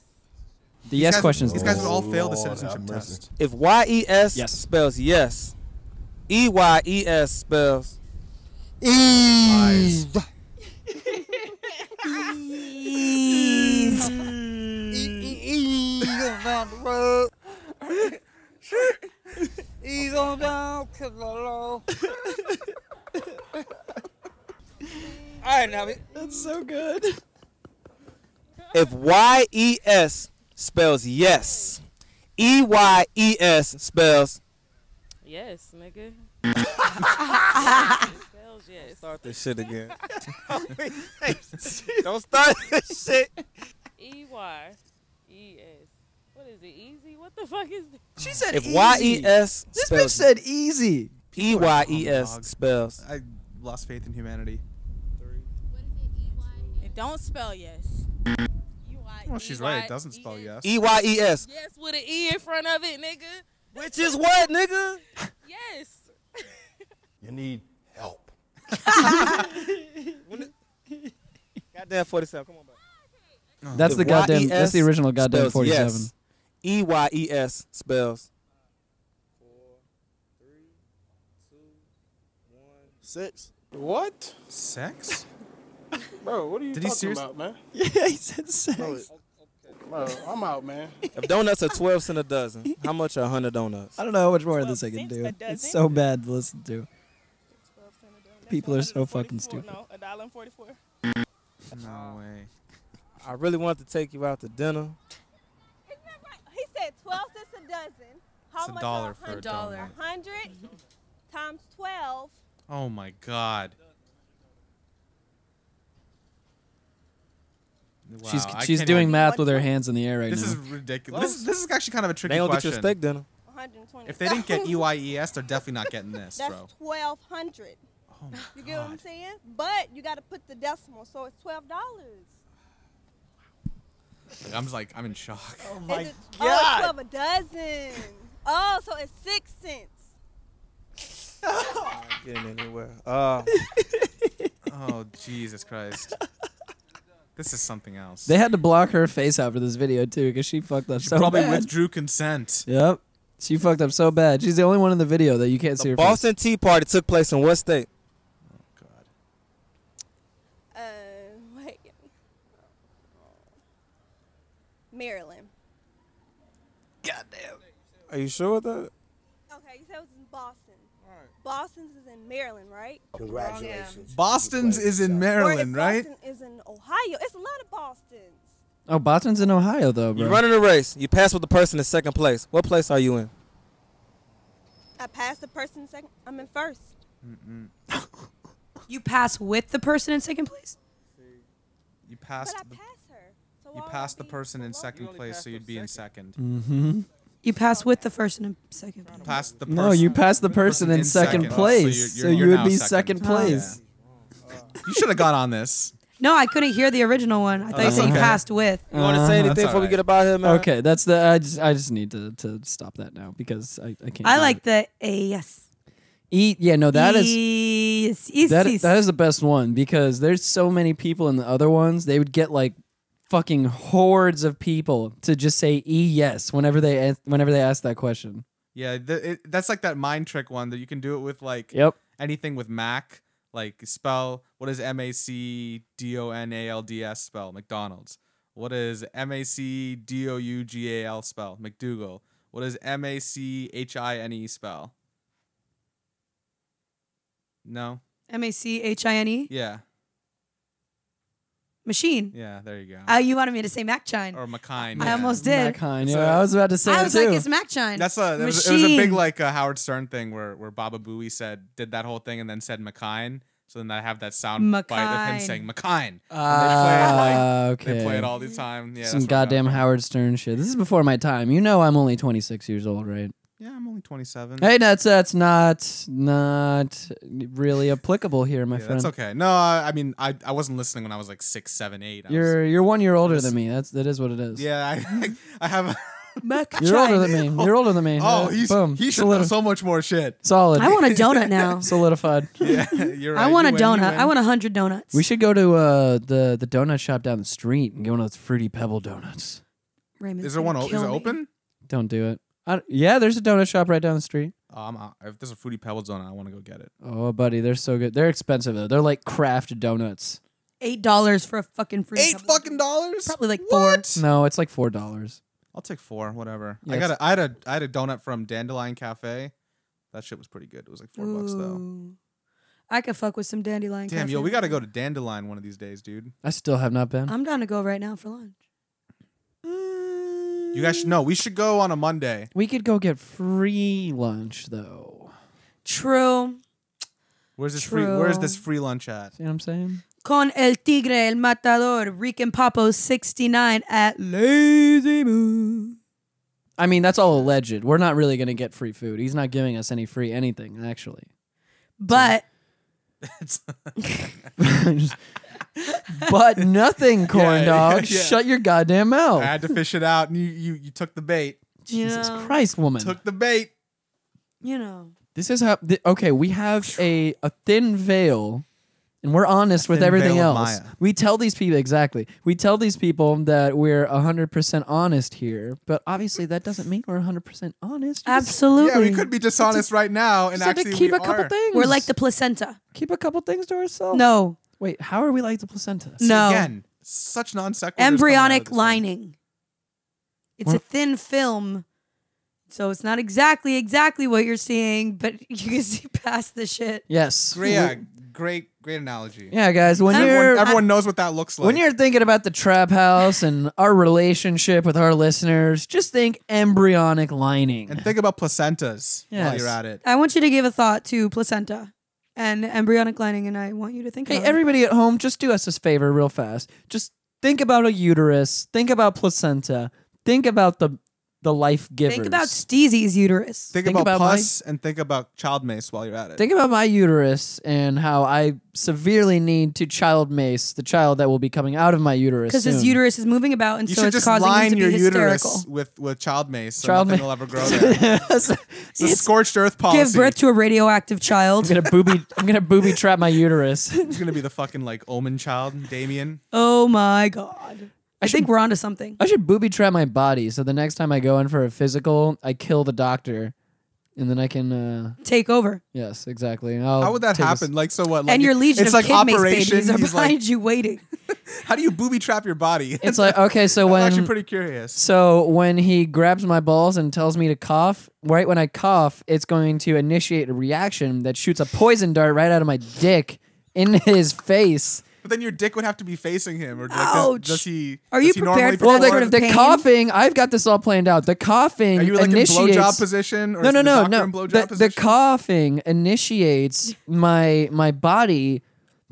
A: The yes
C: guys-
A: questions.
C: These guys would all fail the citizenship test.
E: If Y-E-S
A: Yes.
E: spells yes, E E-Y-E-S spells
C: Lies.
E: E
J: Ease on down the road. Ease on down, kill the law.
E: All right, now.
A: That's so good.
E: If Y-E-S spells yes, E E-Y-E-S spells
F: Yes, nigga. Spells yes.
E: Start this shit again. Don't start this shit.
F: E Y E S. What is it? Easy? What the fuck is that?
A: She said
E: If Y E S
A: This bitch
E: spells
A: said easy.
E: E Y E S
C: Dog.
E: spells
C: I lost faith in humanity.
F: It don't spell yes.
C: Well, she's right. It doesn't spell yes.
E: E Y E S,
F: Yes with an E in front of it, nigga.
E: which is what, nigga?
F: Yes.
L: You need help.
E: Goddamn 47. Come on, back.
A: That's the goddamn-
E: Y E S
A: that's the original goddamn
E: spells
A: 47.
E: Yes. E Y E S spells.
L: Six.
G: What?
C: Sex?
G: Bro, what are you
E: Did he
G: talking
E: serious-
G: about, man?
A: Yeah, he said sex.
G: Bro, I'm out, man.
E: If donuts are 12 cents a dozen, how much are 100 donuts?
A: I don't know how much more of this I can do. It's so bad to listen to. People are so fucking stupid.
F: No, a dollar and forty-four.
C: No way.
E: I really wanted to take you out to dinner.
I: He said 12 cents a dozen. How
C: It's a
I: much
C: dollar
I: are
C: for a
I: 100?
C: dollar.
I: 100 times 12.
C: Oh my god.
A: She's
C: Wow, I
A: she's
C: can't
A: doing
C: even-
A: math with her hands in the air right
C: this
A: now.
C: is ridiculous. This, is- this is actually kind of a tricky
E: They don't get
C: question.
E: your steak dinner.
I: 120.
C: If they didn't get E EYES, they're definitely not getting this,
I: That's
C: bro.
I: 1200 You get what I'm saying? But you got to put the decimal, so it's $12.
C: Like, I'm just like, I'm in shock. Oh
I: Is it- Oh, it's 12 a dozen. Oh, so it's 6 cents.
E: Getting anywhere. Uh,
C: oh Jesus Christ. This is something else.
A: They had to block her face out for this video too because she fucked up
C: She
A: so
C: probably
A: bad.
C: withdrew consent.
A: Yep, she fucked up so bad. She's the only one in the video that you can't see her face.
E: Boston Tea Party took place in what state?
I: Uh, wait. Maryland.
E: Goddamn. Are you sure with that?
I: Okay, you said it was in Boston. Boston's is in Maryland, right? Oh,
L: Congratulations.
C: Boston's is in Maryland, right?
I: Boston is in Ohio. It's a lot of Boston.
A: Oh, Boston's in Ohio though, bro.
E: You're running a race. You pass with the person in second place. What place are you in?
I: I passed the person second. I'm in first.
B: You pass with the person in second place?
C: You passed the, you passed the person in second place, so you'd be in second.
A: Mm-hmm.
B: You pass with the person in second place.
C: Passed the person.
A: No, you passed the person in second place,
C: Oh, so,
A: so
C: you're, you're,
A: you would
C: now
A: be second place.
C: Yeah. you should have got on this.
B: No, I couldn't hear the original one.
C: Oh,
B: I thought you
A: that's
B: said you
A: okay.
B: passed with.
A: You wanna say Uh-huh. anything That's before we all
E: get up out here, man?
A: Okay, that's the. I just I just need to, to stop that now because I, I can't.
B: I
A: do
B: like
A: it.
B: the A yes.
A: eat. Yeah, no, that is
B: Yes, yes,
A: that,
B: yes.
A: that is the best one because there's so many people in the other ones. They would get like fucking hordes of people to just say e yes whenever they a- whenever they ask that question.
C: Yeah, th- it, that's like that mind trick one that you can do it with like
A: Yep.
C: anything with Mac, like spell what is M A C D O N A L D S spell McDonald's. What is M A C D O U G A L spell McDougal. What is M A C H I N E spell? No.
B: M A C H I N E
C: Yeah.
B: machine.
C: Yeah. There you go.
B: Oh, you wanted me to say Macchine.
C: or McKine.
B: I almost did.
A: Kind, yeah, I was about to say
B: I
A: that
B: was
A: too.
B: like, it's MacChine.
C: That's a that was, it was a big like uh, Howard Stern thing where where Baba Booey said did that whole thing and then said McKine. So then I have that sound bite of him
B: McKine.
C: saying McKine.
A: Ah,
C: and they play it like they play
A: Uh, okay.
C: it all the time. Yeah, that's
A: Some
C: where I got it
A: goddamn
C: from.
A: Howard Stern shit. This is before my time. You know, I'm only 26 years old, right?
C: Yeah, I'm only 27.
A: Hey, that's that's not not really applicable here, my
C: Yeah,
A: friend.
C: that's okay. No, I, I mean I, I wasn't listening when I was like six, seven, eight. I
A: You're you're one year older
C: just-
A: than me. That's that is what it is.
C: was, yeah, I, I have. A,
A: You're older than me. You're older than me. Uh,
C: oh, he's
A: boom.
C: he should know
A: Solid-
C: so much more shit.
A: solid.
B: I want a donut now.
A: Solidified.
C: Yeah, you're right.
B: I want
C: You
B: a
C: win, you
B: donut.
C: win.
B: I want a hundred donuts.
A: We should go to uh, the the donut shop down the street and get one of those fruity pebble donuts.
B: Raymond.
C: Is there one? o- Is it open?
A: Don't do it. I, yeah, there's a donut shop right down the street.
C: Oh, I'm, out. if there's a fruity pebbles donut, I want to go get it.
A: Oh, buddy, they're so good. They're expensive though. They're like craft donuts.
B: Eight dollars for a fucking free.
C: Eight fucking dollars?
B: Probably like four.
A: No, it's like four dollars.
C: I'll take four, whatever.
A: Yeah,
C: I got
A: it's-
C: a, I had a I had a donut from Dandelion Cafe. That shit was pretty good. It was like four bucks though.
B: Ooh. I could fuck with some dandelion.
C: Damn,
B: cafe.
C: yo, we gotta go to Dandelion one of these days, dude.
A: I still have not been.
B: I'm down to go right now for lunch.
C: You guys should know. We should go on a Monday.
A: We could go get free lunch though.
B: True.
C: Where's this free Where's this
B: True.
C: free lunch at?
A: See what I'm saying?
B: Con el tigre, el matador, Rick and Papo 69 at Lazy Moon.
A: I mean, that's all alleged. We're not really gonna get free food. He's not giving us any free anything actually.
B: But
C: Oh.
A: but nothing, corn
C: Yeah,
A: dog.
C: yeah, yeah.
A: Shut your goddamn mouth.
C: I had to fish it out, and you you, you took the bait.
A: Jesus
B: Yeah.
A: Christ, woman.
C: Took the bait.
B: you know,
A: This is how. Th- okay, we have a a thin veil, and we're honest with
C: thin
A: everything
C: veil of
A: else.
C: Maya.
A: We tell these people exactly. We tell these people that we're hundred percent honest here, but obviously that doesn't mean we're hundred percent honest.
B: Absolutely.
C: Yeah, we could be dishonest right now and
A: Just have to
C: actually
A: keep
C: we
A: a couple
C: are.
A: things.
B: We're like the placenta.
A: Keep a couple things to
C: Oh.
A: ourselves.
B: No.
A: Wait, how are we like the placenta?
C: See,
B: No.
C: Again, such non sequitur.
B: Embryonic lining. It's a
A: What?
B: thin film. So it's not exactly exactly what you're seeing, but you can see past the shit.
A: Yes.
C: Great, yeah, great, great analogy.
A: Yeah, guys. When
C: everyone,
A: you're
C: everyone knows what that looks like.
A: When you're thinking about the trap house and our relationship with our listeners, just think embryonic lining.
C: and think about placentas while
A: Yes.
C: you're at it.
B: I want you to give a thought to placenta and embryonic lining, and I want you to think
A: Hey,
B: about
A: everybody at home, just do us this favor real fast. Just think about a uterus, think about placenta, think about the the life
B: it.
A: givers.
B: Think about Steezy's uterus.
C: Think,
A: Think
C: about,
A: about
C: pus and think about child mace while you're at it.
A: think about my uterus and how I severely need to child mace the child that will be coming out of my uterus.
B: Because his
A: soon.
B: uterus is moving about, and
C: you
B: so
C: should
B: it's
C: just
B: causing him
C: line
B: to be
C: your
B: hysterical.
C: uterus with, with child mace so
A: Child
C: nothing
A: ma-
C: will ever grow there. It's a scorched earth policy.
B: Give birth to a radioactive child.
A: I'm gonna booby I'm gonna booby trap my uterus.
C: It's gonna be the fucking like omen child, Damien.
B: Oh my god! I, think we're onto something.
A: I should booby trap my body so the next time I go in for a physical, I kill the doctor, and then I can. Uh,
B: Take over,
A: yes, exactly. I'll
C: How would that
A: take a s-
C: happen? Like so what? Like,
B: and your legion
C: it's
B: of
C: like
B: kid mace
C: operation.
B: babies are
C: He's
B: behind
C: like,
B: you waiting.
C: how do you booby trap your body?
A: It's like okay, so
C: I'm
A: when
C: actually pretty curious.
A: so when he grabs my balls and tells me to cough, right when I cough, it's going to initiate a reaction that shoots a poison dart right out of my dick in his face.
C: But then your dick would have to be facing him, or like, does,
B: Ouch.
C: does he?
B: Are
C: does
B: you
C: he normally
B: prepared for that
A: the,
C: perform-
B: sort of
A: the
B: pain?
A: coughing, I've got this all planned out. The coughing
C: Are you like in
A: initiates
C: blowjob position? Or
A: no,
C: is
A: no,
C: the
A: no,
C: doctor
A: no.
C: in blowjob
A: The, the
C: position?
A: coughing initiates my my body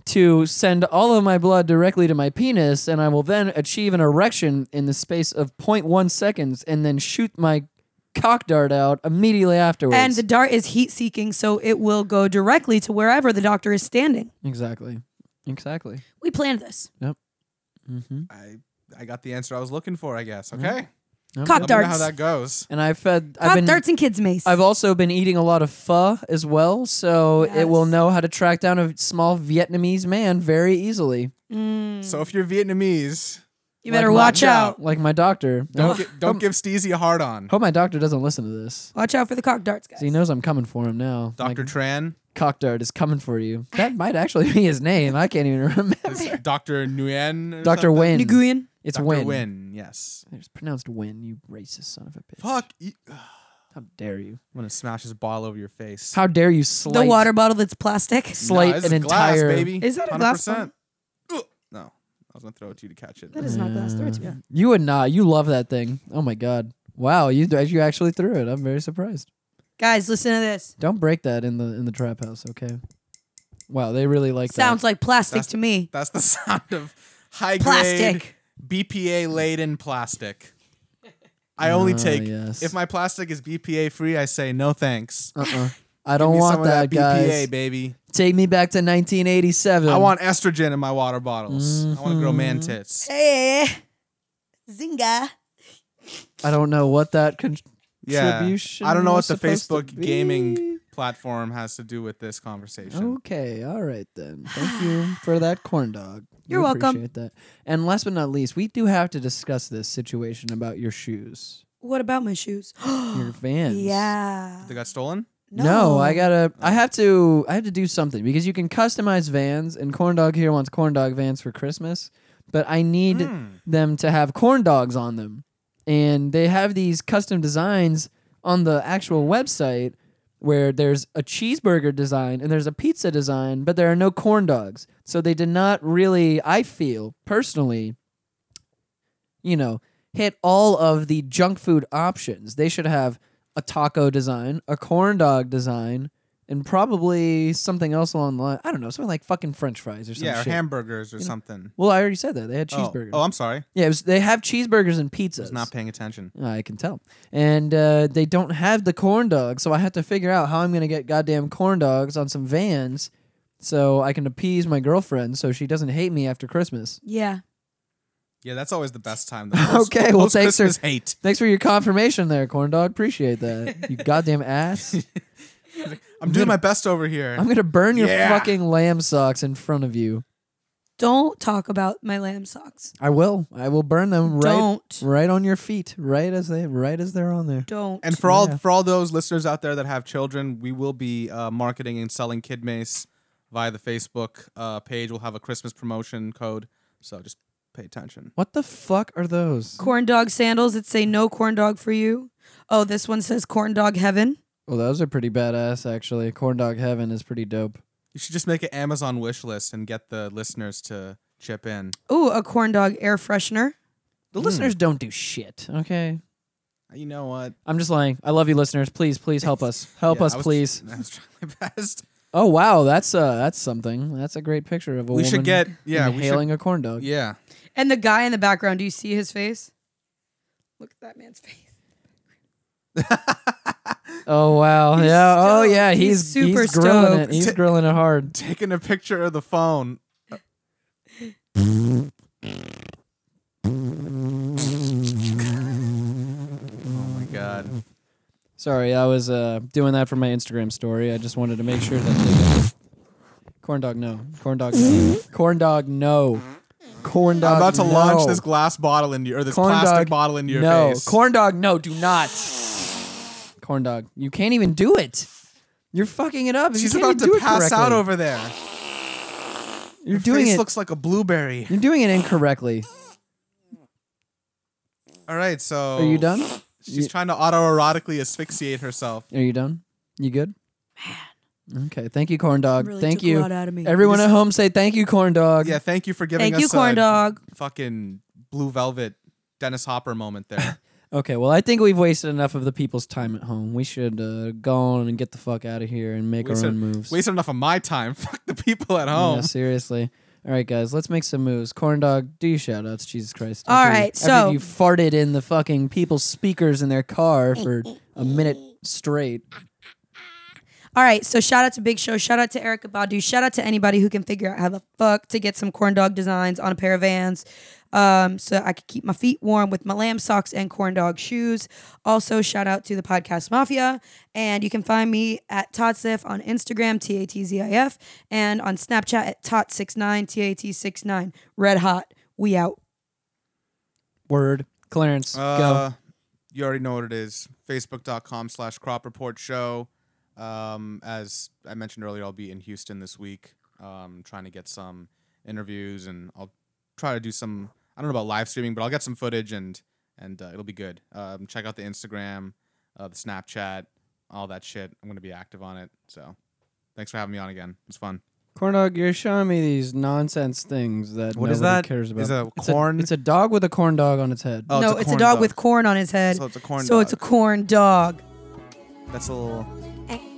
A: to send all of my blood directly to my penis, and I will then achieve an erection in the space of 0.1 seconds, and then shoot my cock dart out immediately afterwards.
B: And the dart is heat seeking, so it will go directly to wherever the doctor is standing.
A: exactly, exactly.
B: We planned this.
A: Mm-hmm.
C: I, I got the answer I was looking for, I guess. Okay.
A: Yep.
B: Cock
C: Let me know how
B: Mm. darts.
C: that goes.
A: And I fed. I've
B: Cock
A: been.
B: darts and kids mace.
A: I've also been eating a lot of pho as well, so it will
B: Yes.
A: know how to track down a small Vietnamese man very easily.
B: Mm.
C: So if you're Vietnamese,
B: you better
A: Like my-
B: watch out.
A: Like my doctor.
C: don't gi- don't give Steezy a hard on.
A: Hope my doctor doesn't listen to this.
B: Watch out for the cock darts, guys.
A: 'cause he knows I'm coming for him now.
C: Doctor
A: Like,
C: Tran,
A: Cock Dart is coming for you. That might actually be his name. I can't even remember.
C: is Doctor Nguyen, or
A: Doctor
C: something?
A: Win.
B: Nguyen.
A: It's
C: Dr.
A: Win.
C: Win, yes.
A: It's pronounced Win. You racist son of a bitch.
C: Fuck, you-
A: How dare you?
C: I'm gonna smash his ball over your face.
A: How dare you
B: The
A: slight
B: water bottle that's plastic.
A: slight
C: this
A: an
C: is glass,
A: entire
C: baby.
B: Is that a glass
C: 100%. Ugh. No, I was gonna throw it to you to catch it.
B: That is not glass. Throw it to you.
A: You would not. You love that thing. Oh my god. Wow, you you actually threw it. I'm very surprised.
B: Guys, listen to this.
A: Don't break that in the in the trap house, okay? Wow, they really like
B: Sounds like plastic
C: That's-
B: to me.
C: That's the sound of high
B: Plastic.
C: grade BPA laden plastic. I only
A: Ah,
C: take
A: yes.
C: if my plastic is BPA free. I say no thanks.
A: that. Uh-uh. I don't want that,
C: BPA,
A: guys.
C: baby.
A: Take me back to 1987.
C: I want estrogen in my water bottles. I want to grow man
A: Mm-hmm.
C: tits.
B: Hey, Zinga.
A: I don't know what that con-
C: Yeah,
A: contribution.
C: I don't know what
A: was
C: the
A: supposed to
C: Facebook
A: be.
C: gaming platform has to do with this conversation.
A: Okay, all right then. Thank you for that corn dog.
B: You're
A: We
B: welcome.
A: Appreciate that. And last but not least, we do have to discuss this situation about your shoes,
B: What about my shoes?
A: your Vans. Oh.
B: yeah.
C: They got stolen.
A: No. I gotta. I have to. I have to do something because you can customize Vans, and corn dog here wants corn dog Vans for Christmas, but I need them to have corn dogs on them, and they have these custom designs on the actual website where there's a cheeseburger design and there's a pizza design, but there are no corn dogs. So they did not really, I feel personally, you know, hit all of the junk food options. They should have a taco design, a corn dog design, and probably something else along the line. I don't know, something like fucking French fries or something.
C: Yeah, or
A: shit.
C: hamburgers or
A: You know,
C: something.
A: well, I already said that they had
C: Oh,
A: cheeseburgers.
C: Oh, I'm sorry.
A: yeah, it was, they have cheeseburgers and pizzas.
C: I was not paying attention.
A: I can tell. And uh, they don't have the corn dogs, so I have to figure out how I'm going to get goddamn corn dogs on some vans so I can appease my girlfriend so she doesn't hate me after Christmas.
B: Yeah.
C: Yeah, that's always the best time.
A: Okay, well, thanks, sir.
C: Christmas hate.
A: Thanks for your confirmation there, corn dog. Appreciate that. you goddamn ass.
C: I'm doing my best over here.
A: I'm gonna burn your
C: Yeah.
A: fucking lamb socks in front of you.
B: Don't talk about my lamb socks.
A: I will. I will burn them right,
B: Don't.
A: right on your feet, right as they, right as they're on there.
B: Don't.
C: And for all
A: Yeah.
C: for all those listeners out there that have children, we will be uh, marketing and selling Kid Mace via the Facebook uh, page. We'll have a Christmas promotion code, so just pay attention.
A: What the fuck are those?
B: Corn dog sandals that say no corn dog for you. Oh, this one says corn dog heaven.
A: Well, those are pretty badass, actually. Corn dog heaven is pretty dope.
C: You should just make an Amazon wish list and get the listeners to chip in.
B: Ooh, a corn dog air freshener.
A: The listeners don't do shit. Okay.
C: You know what?
A: I'm just lying. I love you, listeners. Please, please help us. Help
C: Yeah,
A: us,
C: I was-
A: please.
C: I was trying my best.
A: Oh wow, that's uh, that's something. That's a great picture of a
C: We
A: woman
C: should get- yeah, we should-
A: inhaling a corn dog.
C: Yeah.
B: And the guy in the background, do you see his face? Look at that man's face.
A: Oh wow, yeah. oh
B: stoked.
A: yeah, he's
B: He's super
A: he's grilling
B: stoked.
A: it. He's
C: Ta-
A: grilling it hard.
C: Taking a picture of the phone. Oh my god.
A: Sorry, I was uh, doing that for my Instagram story. I just wanted to make sure that they got corn dog no, corn dog no, corn dog no, corn dog.
C: I'm about to
A: no.
C: launch this glass bottle into your or this
A: Corn
C: plastic
A: dog,
C: bottle into your
A: no.
C: face.
A: Corn dog, no, do not. Corn dog, you can't even do it. You're fucking it up. You
C: She's
A: can't
C: about
A: even do
C: to
A: it
C: pass out
A: correctly.
C: over there.
A: You're
C: Her
A: doing
C: face
A: it.
C: looks like a blueberry.
A: You're doing it incorrectly.
C: All right, so
A: Are you done?
C: She's
A: You-
C: trying to autoerotically asphyxiate herself.
A: Are you done? You good? Man. Okay. Thank you, corn dog.
B: Really
A: thank
B: took a
A: you.
B: lot out of me.
A: Everyone
B: You
A: at home, say thank you, corn dog.
C: Yeah, thank you for giving
B: Thank
C: us
B: you, corn
C: a
B: dog.
C: fucking blue velvet Dennis Hopper moment there.
A: Okay. Well, I think we've wasted enough of the people's time at home. We should uh, go on and get the fuck out of here and make our
C: wasted,
A: own moves.
C: wasted enough of my time. Fuck the people at
A: Yeah,
C: home.
A: seriously. All right, guys, let's make some moves. Corn dog, do your shout outs. Jesus Christ.
B: All
A: After you-
B: right,
A: after
B: so-
A: You farted in the fucking people's speakers in their car for a minute straight.
B: All right, so shout out to Big Show, shout out to Erica Badu, shout out to anybody who can figure out how the fuck to get some corn dog designs on a pair of Vans, um, so I could keep my feet warm with my lamb socks and corn dog shoes. Also, shout out to the Podcast Mafia, and you can find me at Totzif on Instagram, T A T Z I F, and on Snapchat at Tot69, T A T 69. Red hot, we out.
A: Word. Clarence,
C: Uh,
A: go.
C: You already know what it is. Facebook.com slash crop report show. Um, as I mentioned earlier, I'll be in Houston this week, um, trying to get some interviews and I'll try to do some, I don't know about live streaming, but I'll get some footage and, and uh, it'll be good. Um, check out the Instagram, uh, the Snapchat, all that shit. I'm going to be active on it. So thanks for having me on again. It's fun.
A: Corn dog, you're showing me these nonsense things that
C: What
A: nobody
C: is that?
A: cares about.
C: Is it a
A: It's
C: corn? Oh.
A: It's a dog with a corn dog on its head.
B: no, it's a dog, with corn on his head.
C: So it's a corn
B: So it's a
C: dog.
B: corn dog.
C: That's a little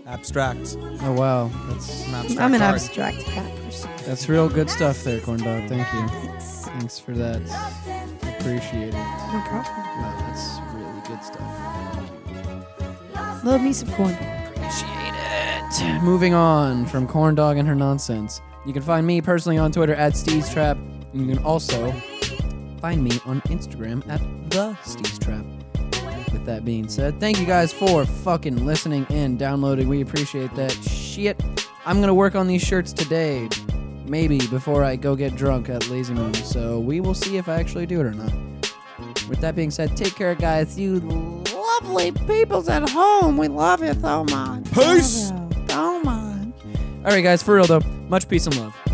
C: abstract.
A: Oh wow, that's
B: I'm an abstract cat person.
A: That's real good stuff there, corn dog. Thank you. Thanks for that. Appreciate it. No
B: problem.
A: Wow, that's really good stuff.
B: Love me some corn.
A: Appreciate Moving on from corn dog and her nonsense. You can find me personally on Twitter at Steve's Trap. And you can also find me on Instagram at the Steve's Trap. With that being said, thank you guys for fucking listening and downloading. We appreciate that shit. I'm gonna work on these shirts today, maybe before I go get drunk at Lazy Moon. So we will see if I actually do it or not. With that being said, take care, guys. You lovely peoples at home. We love you so much. Peace. So much. All right, guys. For real though, much peace and love.